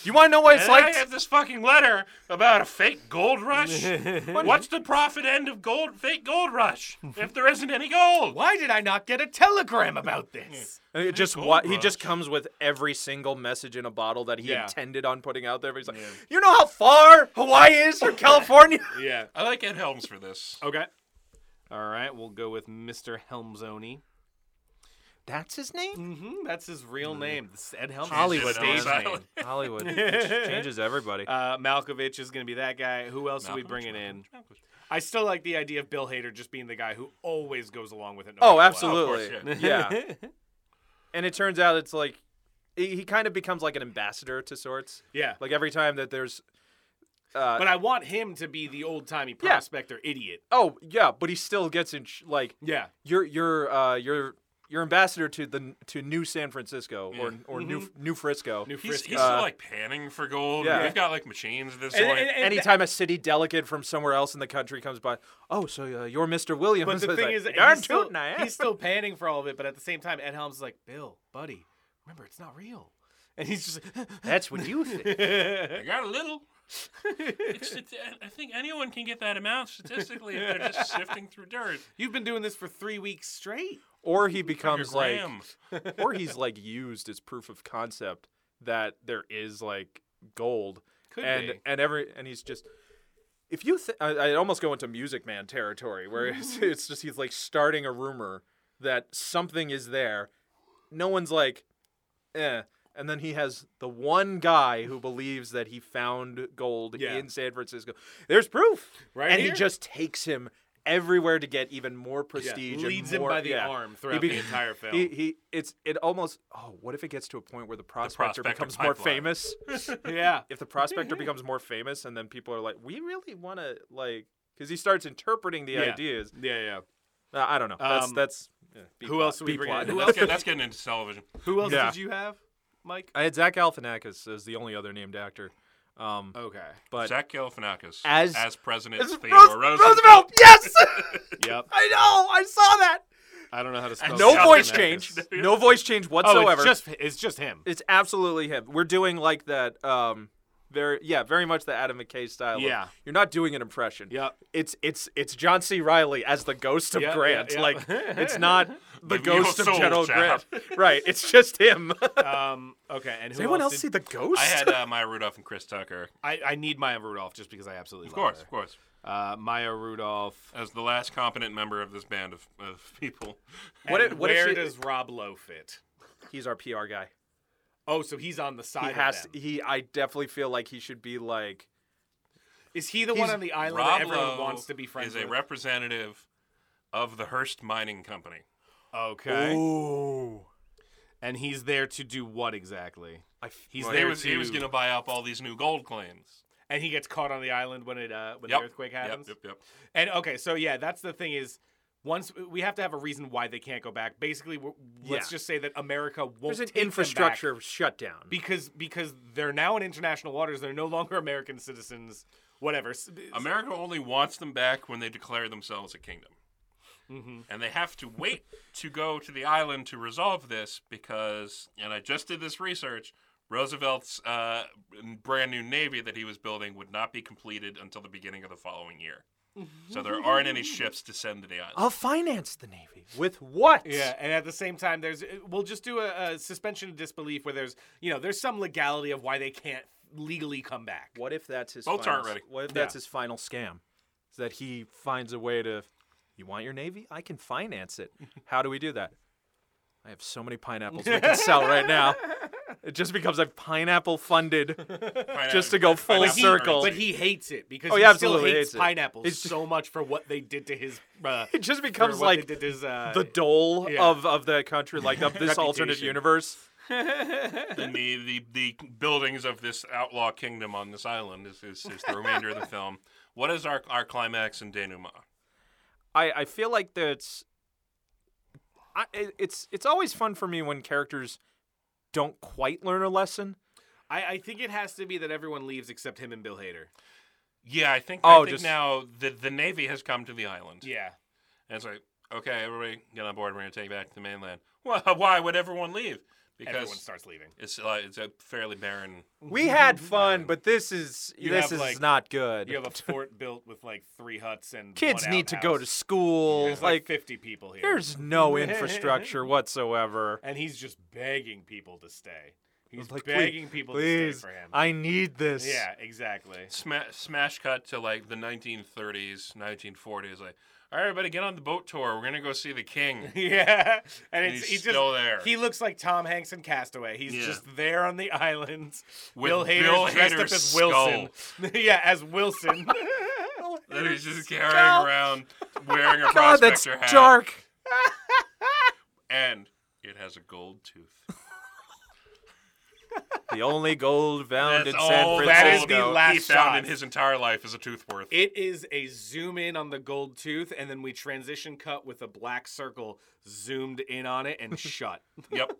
Speaker 6: you want to know what it's
Speaker 4: And
Speaker 6: like?
Speaker 4: I have this fucking letter about a fake gold rush. What's the profit end of gold fake gold rush if there isn't any gold?
Speaker 7: Why did I not get a telegram about
Speaker 6: (laughs)
Speaker 7: this?
Speaker 6: And it just
Speaker 4: Gold
Speaker 6: what he just
Speaker 4: rush.
Speaker 6: comes with every single message in a bottle that he
Speaker 7: Yeah.
Speaker 6: intended on putting out there. He's like, you know how far Hawaii is
Speaker 4: (laughs)
Speaker 6: from California.
Speaker 7: yeah.
Speaker 4: I like Ed Helms for this.
Speaker 7: Okay. All right, we'll go with Mr. Helmsoni.
Speaker 6: That's his
Speaker 4: Mm.
Speaker 6: name.
Speaker 7: Mm-hmm, that's his real name. This is Ed Helms.
Speaker 6: Mm. Hollywood
Speaker 7: stage
Speaker 4: Ellis
Speaker 7: name.
Speaker 4: Island. (laughs)
Speaker 6: Hollywood It changes everybody.
Speaker 7: Uh, Malkovich is going to be that guy. Who else are we
Speaker 4: Malkovich,
Speaker 7: bringing in?
Speaker 4: Malkovich, Malkovich.
Speaker 7: I still like the idea of Bill Hader just being the guy who always goes along with it. no matter
Speaker 6: oh,
Speaker 7: what.
Speaker 6: absolutely. yeah.
Speaker 4: (laughs)
Speaker 6: And it turns out it's like he, he kind of becomes like an ambassador to sorts.
Speaker 7: Yeah.
Speaker 6: Like every time that there's
Speaker 7: But I want him to be the old timey prospector idiot.
Speaker 6: oh yeah, but he still gets in sh- like
Speaker 7: Yeah.
Speaker 6: you're you're uh you're you're ambassador to the to New San Francisco or or New New
Speaker 7: Mm.
Speaker 6: Frisco.
Speaker 7: Mm-hmm. New
Speaker 4: He's,
Speaker 7: Frisco.
Speaker 4: he's still like panning for gold.
Speaker 6: yeah.
Speaker 4: We've got like machines at this
Speaker 7: And-
Speaker 4: point.
Speaker 7: and- and that-
Speaker 6: Anytime a city delegate from somewhere else in the country comes by, oh, so uh, you're Mr. Williams.
Speaker 7: But the
Speaker 6: (laughs) It's
Speaker 7: thing
Speaker 6: like,
Speaker 7: is,
Speaker 6: "Darn
Speaker 7: he's still,
Speaker 6: tootin' I am."
Speaker 7: he's still panning for all of it, but at the same time, Ed Helms is like, Bill, buddy, remember, it's not real. And he's just,
Speaker 6: That's what you think.
Speaker 4: I got a little. it's, it's, I think anyone can get that amount statistically if they're just sifting through dirt.
Speaker 7: (laughs) you've been doing this for three weeks
Speaker 6: (laughs)
Speaker 7: straight.
Speaker 6: or he becomes like,
Speaker 4: Graham.
Speaker 6: or he's like used as proof of concept that there is like gold.
Speaker 7: Could
Speaker 6: and
Speaker 7: be.
Speaker 6: and every and he's just if you th- I, I almost go into Music Man territory
Speaker 7: (laughs)
Speaker 6: where it's, it's just he's like starting a rumor that something is there. No one's like, eh. And then he has the one guy who believes that he found gold
Speaker 7: Yeah.
Speaker 6: in San Francisco. There's proof,
Speaker 7: Right
Speaker 6: And
Speaker 7: here?
Speaker 6: he just takes him everywhere to get even more prestige. and
Speaker 7: leads him
Speaker 6: more-
Speaker 7: by the
Speaker 6: yeah.
Speaker 7: arm
Speaker 6: He
Speaker 7: throughout
Speaker 6: be-
Speaker 7: the entire film.
Speaker 6: (laughs) He, he, it's it almost. Oh, what if it gets to a point where the prospector,
Speaker 4: prospector
Speaker 6: becomes more
Speaker 4: pipeline.
Speaker 7: (laughs)
Speaker 6: famous?
Speaker 7: yeah.
Speaker 6: if the prospector becomes more famous and then people are like we really want to like because he starts interpreting the
Speaker 7: Yeah.
Speaker 6: ideas
Speaker 7: Yeah, yeah.
Speaker 6: Uh, i don't know that's
Speaker 7: Um,
Speaker 6: that's yeah, B
Speaker 7: Who
Speaker 6: plot,
Speaker 7: else are we
Speaker 6: B
Speaker 7: bringing?
Speaker 6: plot.
Speaker 7: in? Who
Speaker 4: That's,
Speaker 7: else?
Speaker 4: get, that's getting into television.
Speaker 7: Who else
Speaker 6: Yeah.
Speaker 7: did you have, Mike?
Speaker 6: i had zach galifianakis as the only other named actor um
Speaker 7: Okay.
Speaker 6: but
Speaker 4: Zach Galifianakis
Speaker 6: As-
Speaker 4: as President
Speaker 6: Rose-
Speaker 4: Theodore Roosevelt.
Speaker 6: roosevelt yes (laughs)
Speaker 7: Yep.
Speaker 6: i know i saw that
Speaker 7: I don't know how to spell.
Speaker 6: (laughs) no
Speaker 4: Zach
Speaker 6: voice
Speaker 7: Oh, Galifianakis. (laughs)
Speaker 6: change no voice change
Speaker 7: Oh,
Speaker 6: whatsoever
Speaker 7: it's just it's just him.
Speaker 6: It's absolutely him we're doing like that um very yeah, very much the Adam McKay style. of-
Speaker 7: Yeah.
Speaker 6: you're not doing an impression.
Speaker 7: Yep.
Speaker 6: it's it's it's John C. Riley as the ghost of
Speaker 7: Yeah, yeah,
Speaker 6: Grant.
Speaker 7: yeah.
Speaker 6: (laughs) Like it's not the
Speaker 4: Give me
Speaker 6: ghost
Speaker 4: your
Speaker 6: of
Speaker 4: soul,
Speaker 6: General
Speaker 4: child.
Speaker 6: Grant. Right. It's just (laughs) him.
Speaker 7: Um. Okay. And who
Speaker 6: Did anyone else
Speaker 7: did-
Speaker 6: see the ghost?
Speaker 4: I had uh, Maya Rudolph and Chris Tucker.
Speaker 7: I, I need Maya Rudolph just because I absolutely
Speaker 4: Of
Speaker 7: love
Speaker 4: course,
Speaker 7: her.
Speaker 4: of course.
Speaker 7: Uh, Maya Rudolph.
Speaker 4: As the last competent member of this band of, of people.
Speaker 6: What
Speaker 7: And
Speaker 6: if- what if
Speaker 7: where
Speaker 6: she-
Speaker 7: does Rob Lowe fit?
Speaker 6: He's our PR guy.
Speaker 7: Oh, so he's on the side.
Speaker 6: He
Speaker 7: of
Speaker 6: has
Speaker 7: them.
Speaker 6: to, he I definitely feel like he should be like
Speaker 7: Is he the one
Speaker 6: he's-
Speaker 7: on the island
Speaker 4: Rob
Speaker 7: that everyone
Speaker 4: Lowe
Speaker 7: wants to be friends
Speaker 4: is a
Speaker 7: with?
Speaker 4: representative of the Hearst Mining Company.
Speaker 7: okay.
Speaker 6: Ooh.
Speaker 7: And he's there to do what exactly?
Speaker 6: I f-
Speaker 7: He's
Speaker 6: well,
Speaker 4: He
Speaker 7: there
Speaker 4: was,
Speaker 7: to.
Speaker 4: he was going to buy up all these new gold claims.
Speaker 7: and he gets caught on the island when it uh, when
Speaker 4: Yep.
Speaker 7: the earthquake
Speaker 4: Yep,
Speaker 7: happens.
Speaker 4: Yep, yep,
Speaker 7: And okay, so yeah, that's the thing is, once we have to have a reason why they can't go back. Basically, we're, let's
Speaker 6: Yeah.
Speaker 7: just say that America won't
Speaker 6: there's an
Speaker 7: take them back
Speaker 6: infrastructure shutdown.
Speaker 7: because because they're now in international waters. They're no longer American citizens. Whatever. S-
Speaker 4: America only wants them back when they declare themselves a kingdom.
Speaker 6: Mm-hmm.
Speaker 4: And they have to wait to go to the island to resolve this because, and I just did this research, Roosevelt's uh, brand new navy that he was building would not be completed until the beginning of the following year. So there aren't any ships to send to the island.
Speaker 6: I'll finance the Navy. With what?
Speaker 7: Yeah, and at the same time, there's uh, we'll just do a, a suspension of disbelief where there's you know there's some legality of why they can't legally come back.
Speaker 6: What if that's his
Speaker 4: Boats
Speaker 6: final,
Speaker 4: aren't ready.
Speaker 6: What if
Speaker 7: Yeah.
Speaker 6: that's his final scam? Is that he finds a way to you want your navy? I can finance it. How do we do that? I have so many pineapples we can sell right now. It just becomes a pineapple funded
Speaker 4: Find out-
Speaker 6: just to go
Speaker 4: find
Speaker 6: full
Speaker 4: out-
Speaker 6: circle.
Speaker 7: But he hates it because
Speaker 6: Oh,
Speaker 7: he, still
Speaker 6: he absolutely
Speaker 7: hates,
Speaker 6: hates it.
Speaker 7: pineapples
Speaker 6: It's-
Speaker 7: so much for what they did to his. Uh,
Speaker 6: (laughs) it just
Speaker 7: for
Speaker 6: becomes
Speaker 7: what
Speaker 6: like
Speaker 7: they did to his, uh,
Speaker 6: the dole
Speaker 7: yeah.
Speaker 6: of, of the country, like of this alternate
Speaker 7: Reputation.
Speaker 6: universe.
Speaker 4: the, the the buildings of this outlaw kingdom on this island is, is, is the remainder of the film. What is our, our climax and denouement?
Speaker 6: I, I feel like that's I, it- it's it's always fun for me when characters don't quite learn a lesson.
Speaker 7: I, I think it has to be that everyone leaves except him and Bill Hader.
Speaker 4: Yeah, I think, I
Speaker 6: Oh,
Speaker 4: think
Speaker 6: just-
Speaker 4: now the, the Navy has come to the island.
Speaker 7: Yeah.
Speaker 4: And it's like, okay, everybody get on board. We're going to take you back to the mainland. (laughs) Well, why would everyone leave? Because
Speaker 7: Everyone starts leaving.
Speaker 4: it's, uh, it's a fairly barren.
Speaker 6: We
Speaker 7: (laughs)
Speaker 6: had fun, but this is
Speaker 7: You
Speaker 6: this
Speaker 7: have,
Speaker 6: is
Speaker 7: like-
Speaker 6: not good.
Speaker 7: You have a
Speaker 6: (laughs)
Speaker 7: fort built with like three huts and
Speaker 6: Kids
Speaker 7: one
Speaker 6: need to go to
Speaker 7: outhouse.
Speaker 6: school.
Speaker 7: There's like,
Speaker 6: like
Speaker 7: 50 people here.
Speaker 6: there's
Speaker 7: (laughs)
Speaker 6: no infrastructure whatsoever.
Speaker 7: and he's just begging people to stay. He's
Speaker 6: Like,
Speaker 7: begging
Speaker 6: please,
Speaker 7: people to
Speaker 6: please,
Speaker 7: stay for him.
Speaker 6: I need this.
Speaker 4: (laughs)
Speaker 7: yeah, exactly. (laughs)
Speaker 4: Sma- smash cut to like the 1930s, 1940s. Like, all right, everybody get on the boat tour. We're going to go see
Speaker 7: (laughs)
Speaker 4: the king. (laughs)
Speaker 7: Yeah, and it's
Speaker 4: he's
Speaker 7: he just
Speaker 4: still there.
Speaker 7: he looks like Tom Hanks in Castaway. He's
Speaker 4: Yeah.
Speaker 7: just there on the (laughs) island.
Speaker 4: With
Speaker 7: Bill Hader
Speaker 4: Bill
Speaker 7: dressed up
Speaker 4: Hader's
Speaker 7: as Wilson. (laughs) yeah, as
Speaker 4: (laughs)
Speaker 7: Wilson.
Speaker 4: that he's just carrying
Speaker 7: (laughs)
Speaker 4: around wearing a
Speaker 6: Oh, God, that's
Speaker 4: prospector hat.
Speaker 6: dark.
Speaker 4: and it has a gold tooth.
Speaker 6: The only gold found
Speaker 4: That's
Speaker 6: in San
Speaker 4: all
Speaker 6: Francisco.
Speaker 7: that is the last
Speaker 4: he found
Speaker 7: shot.
Speaker 4: in his entire life is a tooth worth.
Speaker 7: It is a zoom in on the gold tooth, and then we transition cut with a black circle zoomed in on it
Speaker 4: (laughs)
Speaker 7: and shut. (laughs)
Speaker 4: yep.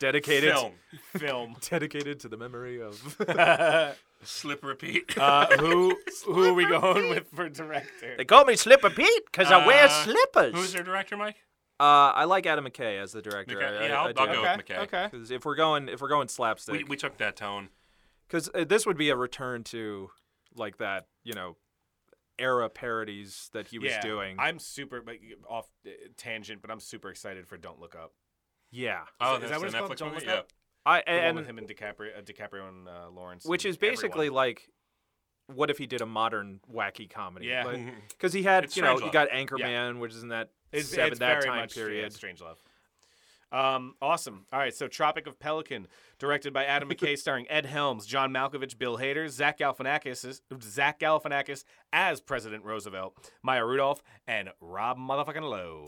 Speaker 6: dedicated,
Speaker 4: Film.
Speaker 7: Film. (laughs)
Speaker 6: dedicated to the memory of. (laughs)
Speaker 4: Slip repeat.
Speaker 7: Uh, who who are we going with for director?
Speaker 6: (laughs) they call me Slipper Pete because I wear
Speaker 4: Uh,
Speaker 6: slippers.
Speaker 4: Who's their director, Mike?
Speaker 6: uh, I like Adam McKay as the director.
Speaker 4: McKay?
Speaker 6: I,
Speaker 4: yeah,
Speaker 6: I,
Speaker 4: I'll,
Speaker 6: I
Speaker 4: I'll go
Speaker 6: do.
Speaker 4: with McKay.
Speaker 7: okay.
Speaker 6: Because if we're going, if we're going slapstick,
Speaker 4: We, we took that tone.
Speaker 6: because uh, this would be a return to like that you know era parodies that he was
Speaker 7: yeah,
Speaker 6: doing
Speaker 7: I'm super but off uh, tangent, but I'm super excited for Don't Look Up.
Speaker 6: yeah
Speaker 4: Oh,
Speaker 7: is
Speaker 4: that's
Speaker 7: that what
Speaker 4: Oh, the
Speaker 7: it's called?
Speaker 4: Netflix
Speaker 7: Don't
Speaker 4: movie.
Speaker 7: Look
Speaker 4: Yeah.
Speaker 7: Up?
Speaker 6: I
Speaker 7: The one
Speaker 6: and
Speaker 7: with him and DiCaprio, uh, DiCaprio and uh, Lawrence,
Speaker 6: which
Speaker 7: and
Speaker 6: is basically
Speaker 7: everyone.
Speaker 6: like, what if he did a modern wacky comedy?
Speaker 7: Yeah.
Speaker 6: because he had
Speaker 4: It's
Speaker 6: you know you
Speaker 4: Strangelove.
Speaker 6: got Anchorman, which is in that
Speaker 7: it's,
Speaker 6: seven
Speaker 7: it's
Speaker 6: that
Speaker 7: very
Speaker 6: time
Speaker 7: much,
Speaker 6: period.
Speaker 7: Yeah, Strange Love. Um, awesome. All right, so Tropic of Pelican, directed by
Speaker 6: (laughs)
Speaker 7: Adam McKay, starring Ed Helms, John Malkovich, Bill Hader, Zach Galifianakis, is- Zach Galifianakis as President Roosevelt, Maya Rudolph, and Rob Motherfucking
Speaker 6: (laughs)
Speaker 7: Lowe.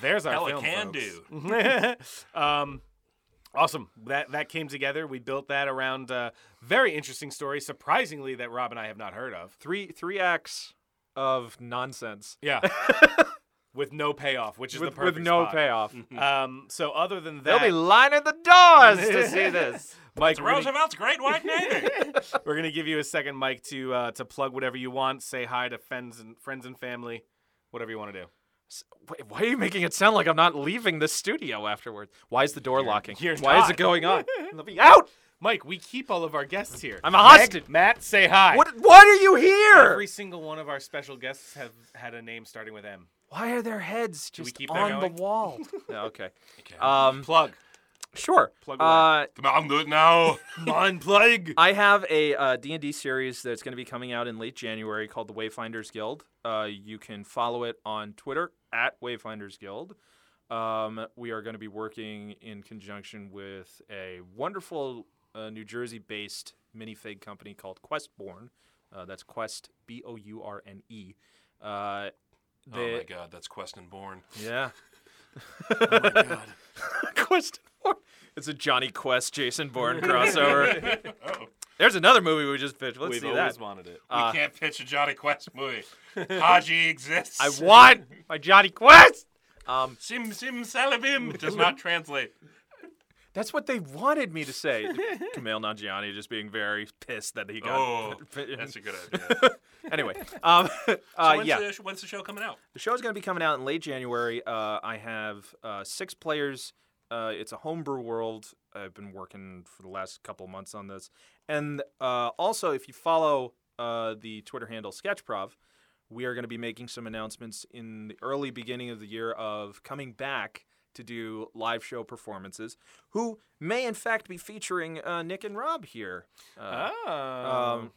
Speaker 7: There's our
Speaker 4: Hella
Speaker 7: film,
Speaker 4: can
Speaker 7: folks. (laughs)
Speaker 4: do.
Speaker 7: um, awesome. That that came together. We built that around a very interesting story, surprisingly, that Rob and I have not heard of.
Speaker 6: Three three acts of nonsense (laughs)
Speaker 7: Yeah. With no payoff, which is the
Speaker 6: with,
Speaker 7: perfect
Speaker 6: with no
Speaker 7: spot. (laughs)
Speaker 6: payoff.
Speaker 7: Um, so other than
Speaker 6: They'll
Speaker 7: that,
Speaker 6: be lining the doors to
Speaker 7: (laughs)
Speaker 6: see this.
Speaker 7: Mike, we're gonna,
Speaker 4: Roosevelt's great white navy.
Speaker 7: we're gonna give you a second, Mike, to uh, to plug whatever you want. Say hi to friends and friends and family, whatever you want to do.
Speaker 6: Wait, why are you making it sound like I'm not leaving the studio afterwards? Why is the door locking?
Speaker 7: you're
Speaker 6: why is
Speaker 7: not.
Speaker 6: it
Speaker 7: (laughs)
Speaker 6: going on? Let me out.
Speaker 7: Mike, we keep all of our guests here.
Speaker 6: I'm a hostage.
Speaker 7: Matt, say hi.
Speaker 6: What? Why are you here?
Speaker 7: Every single one of our special guests have had a name starting with M.
Speaker 6: Why are their heads
Speaker 7: we
Speaker 6: just
Speaker 7: keep that
Speaker 6: on the
Speaker 7: going? (laughs)
Speaker 6: wall? Yeah, okay. Um,
Speaker 7: Plug.
Speaker 6: sure.
Speaker 7: Plug
Speaker 6: uh,
Speaker 4: Come on, do it now.
Speaker 7: Unplug.
Speaker 6: (laughs) I have a uh, D&D series that's going to be coming out in late January called the Wayfinders Guild. Uh, you can follow it on Twitter at Wayfinders Guild. Um, we are going to be working in conjunction with a wonderful uh, New Jersey-based minifig company called Questborn. Uh, that's Quest B O U R N E. Uh,
Speaker 4: Oh my
Speaker 6: they-
Speaker 4: God, that's Quest and Born.
Speaker 6: Yeah.
Speaker 4: Oh
Speaker 6: (laughs) Quest. It's a Johnny Quest, Jason Bourne crossover.
Speaker 4: Oh.
Speaker 6: There's another movie we just pitched. Let's
Speaker 7: We've
Speaker 6: see
Speaker 7: always
Speaker 6: that. Uh,
Speaker 7: wanted it.
Speaker 4: we can't pitch a Johnny Quest movie. Haji exists.
Speaker 6: I want my Johnny Quest. Um,
Speaker 4: Sim Sim Salabim does not translate.
Speaker 6: That's what they wanted me to say. Camille Nangiani just being very pissed that he got. (laughs)
Speaker 4: Oh, that's a good idea.
Speaker 6: anyway, um, (laughs) uh,
Speaker 4: when's,
Speaker 6: yeah.
Speaker 4: the, when's the show coming out?
Speaker 6: The show's going to be coming out in late January. Uh, I have uh, six players. Uh, it's a homebrew world. I've been working for the last couple of months on this. And uh, also, if you follow uh, the Twitter handle Sketchprov, we are going to be making some announcements in the early beginning of the year of coming back to do live show performances, who may in fact be featuring uh, Nick and Rob here. Uh,
Speaker 7: Ah.
Speaker 6: um,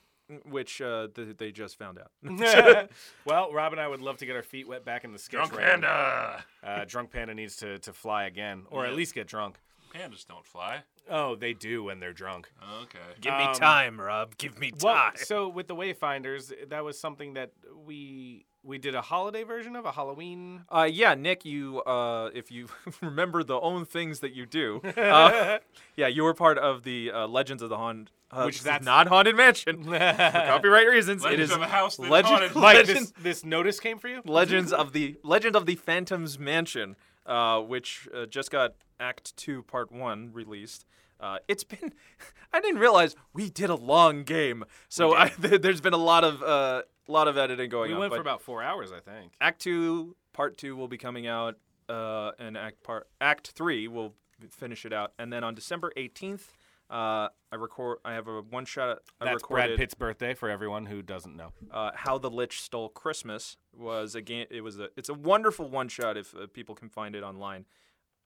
Speaker 6: which uh, th- they just found out.
Speaker 7: (laughs) well, Rob and I would love to get our feet wet back in the sketch.
Speaker 4: Drunk
Speaker 7: round.
Speaker 4: Panda.
Speaker 7: Uh, drunk Panda needs to, to fly again, or at least get drunk.
Speaker 4: Pandas don't fly.
Speaker 7: Oh, they do when they're drunk.
Speaker 4: Okay.
Speaker 6: Give me time, Rob. Give me
Speaker 7: Well, so with the Wayfinders, that was something that we we did a holiday version of a Halloween.
Speaker 6: Uh, yeah, Nick, you uh, if you (laughs) remember the own things that
Speaker 4: (laughs)
Speaker 6: you do, uh, yeah, you were part of the uh, Legends of the Haunted, uh,
Speaker 7: Which
Speaker 6: this is
Speaker 7: that's-
Speaker 6: not
Speaker 4: (laughs)
Speaker 6: haunted mansion for copyright reasons. it
Speaker 4: Legends
Speaker 6: is
Speaker 4: of a house that's
Speaker 6: Legend- (laughs)
Speaker 4: haunted.
Speaker 7: Mike,
Speaker 6: Legend-
Speaker 7: this, this notice came for you.
Speaker 4: (laughs)
Speaker 6: Legends of the Legend of the Phantom's Mansion, uh, which uh, just got Act Two, Part One released. Uh, it's been, (laughs) I didn't realize we did a long game, so I, (laughs) there's been a lot of uh, lot of editing going
Speaker 7: We
Speaker 6: on.
Speaker 7: went for
Speaker 6: Oh, but-
Speaker 7: about four hours, I think.
Speaker 6: Act two, part two will be coming out, uh, and act part act three will finish it out, and then on December eighteenth, uh, I record. I have a one shot. I
Speaker 7: That's
Speaker 6: recorded
Speaker 7: Brad Pitt's birthday for everyone who doesn't
Speaker 6: (laughs)
Speaker 7: know.
Speaker 6: uh, "How the Lich Stole Christmas" was a game. It was a. It's a wonderful one shot if uh, people can find it online.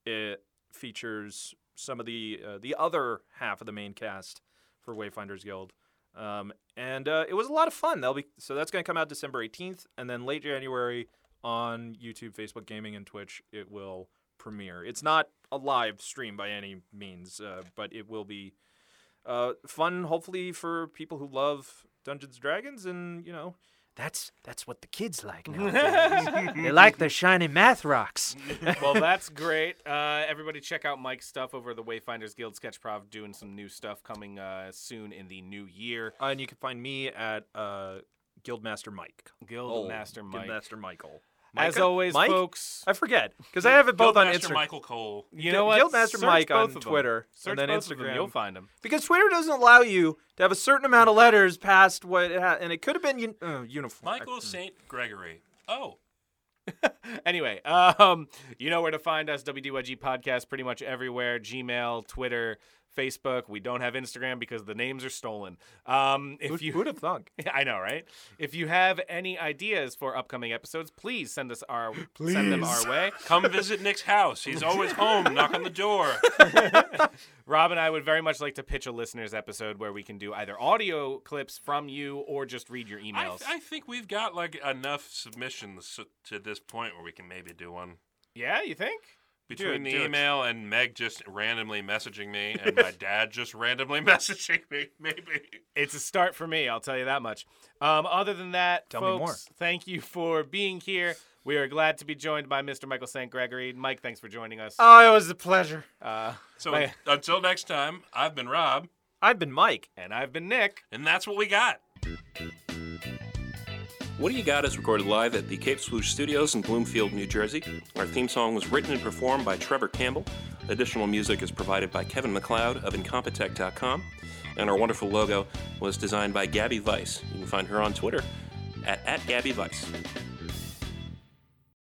Speaker 6: It features some of the uh, the other half of the main cast for Wayfinders Guild, um, and uh, it was a lot of fun. They'll be so that's going to come out December eighteenth, and then late January on YouTube, Facebook Gaming, and Twitch. It will premiere. It's not a live stream by any means, uh, but it will be uh, fun, hopefully for people who love Dungeons and Dragons, and you know, that's that's what the kids like (laughs) now. they like their shiny math rocks. (laughs)
Speaker 7: well, that's great. Uh, everybody, check out Mike's stuff over at the Wayfinders Guild Sketchprov, doing some new stuff coming uh, soon in the new year.
Speaker 6: and you can find me at uh, Guildmaster Mike. Oh,
Speaker 7: Guild Master Mike.
Speaker 6: Guildmaster Michael.
Speaker 7: As
Speaker 6: Micah?
Speaker 7: always,
Speaker 6: Mike?
Speaker 7: folks.
Speaker 6: I forget because I have it both on
Speaker 4: Guildmaster
Speaker 6: Instagram.
Speaker 4: Michael Cole.
Speaker 7: You know what?
Speaker 6: Guildmaster
Speaker 7: Search
Speaker 6: Mike on
Speaker 7: both of 'em.
Speaker 6: Twitter
Speaker 7: Search
Speaker 6: and then
Speaker 7: both
Speaker 6: Instagram.
Speaker 7: of 'em, You'll find him.
Speaker 6: because Twitter doesn't allow you to have a certain amount of letters past what it ha- and it could have been un- uh, uniform.
Speaker 4: Michael St. Gregory. Oh,
Speaker 7: Anyway, (laughs) um, you know where to find us. WDYG podcast pretty much everywhere. Gmail, Twitter, Facebook. We don't have Instagram because the names are stolen. Um, if you
Speaker 8: Who'd have thunk?
Speaker 7: (laughs) I know, right? If you have any ideas for upcoming episodes, please send us our send them our way.
Speaker 4: Come visit Nick's house. He's always home. Knock on the door.
Speaker 7: Rob and I would very much like to pitch a listeners episode where we can do either audio clips from you or just read your
Speaker 4: I,
Speaker 7: emails.
Speaker 4: th- I think we've got like enough submissions to this point where we can maybe do one.
Speaker 7: yeah, you think? it,
Speaker 4: Between the
Speaker 7: do it.
Speaker 4: email and Meg just randomly messaging me, and (laughs) my dad just randomly (laughs) messaging me, maybe.
Speaker 7: It's a start for me, I'll tell you that much. Um, other than that,
Speaker 6: Tell me
Speaker 7: folks,
Speaker 6: more.
Speaker 7: thank you for being here. We are glad to be joined by Mr. Michael St. Gregory. Mike, thanks for joining us.
Speaker 6: Oh, it was a pleasure.
Speaker 7: Uh,
Speaker 4: So
Speaker 7: Wait.
Speaker 4: until next time, I've been Rob,
Speaker 6: I've been Mike.
Speaker 7: and I've been Nick.
Speaker 4: and that's what we got.
Speaker 2: What Do You Got is recorded live at the Cape Swoosh Studios in Bloomfield, New Jersey. Our theme song was written and performed by Trevor Campbell. Additional music is provided by Kevin McLeod of Incompetech.com. And our wonderful logo was designed by Gabby Weiss. You can find her on Twitter at, at Gabby Weiss.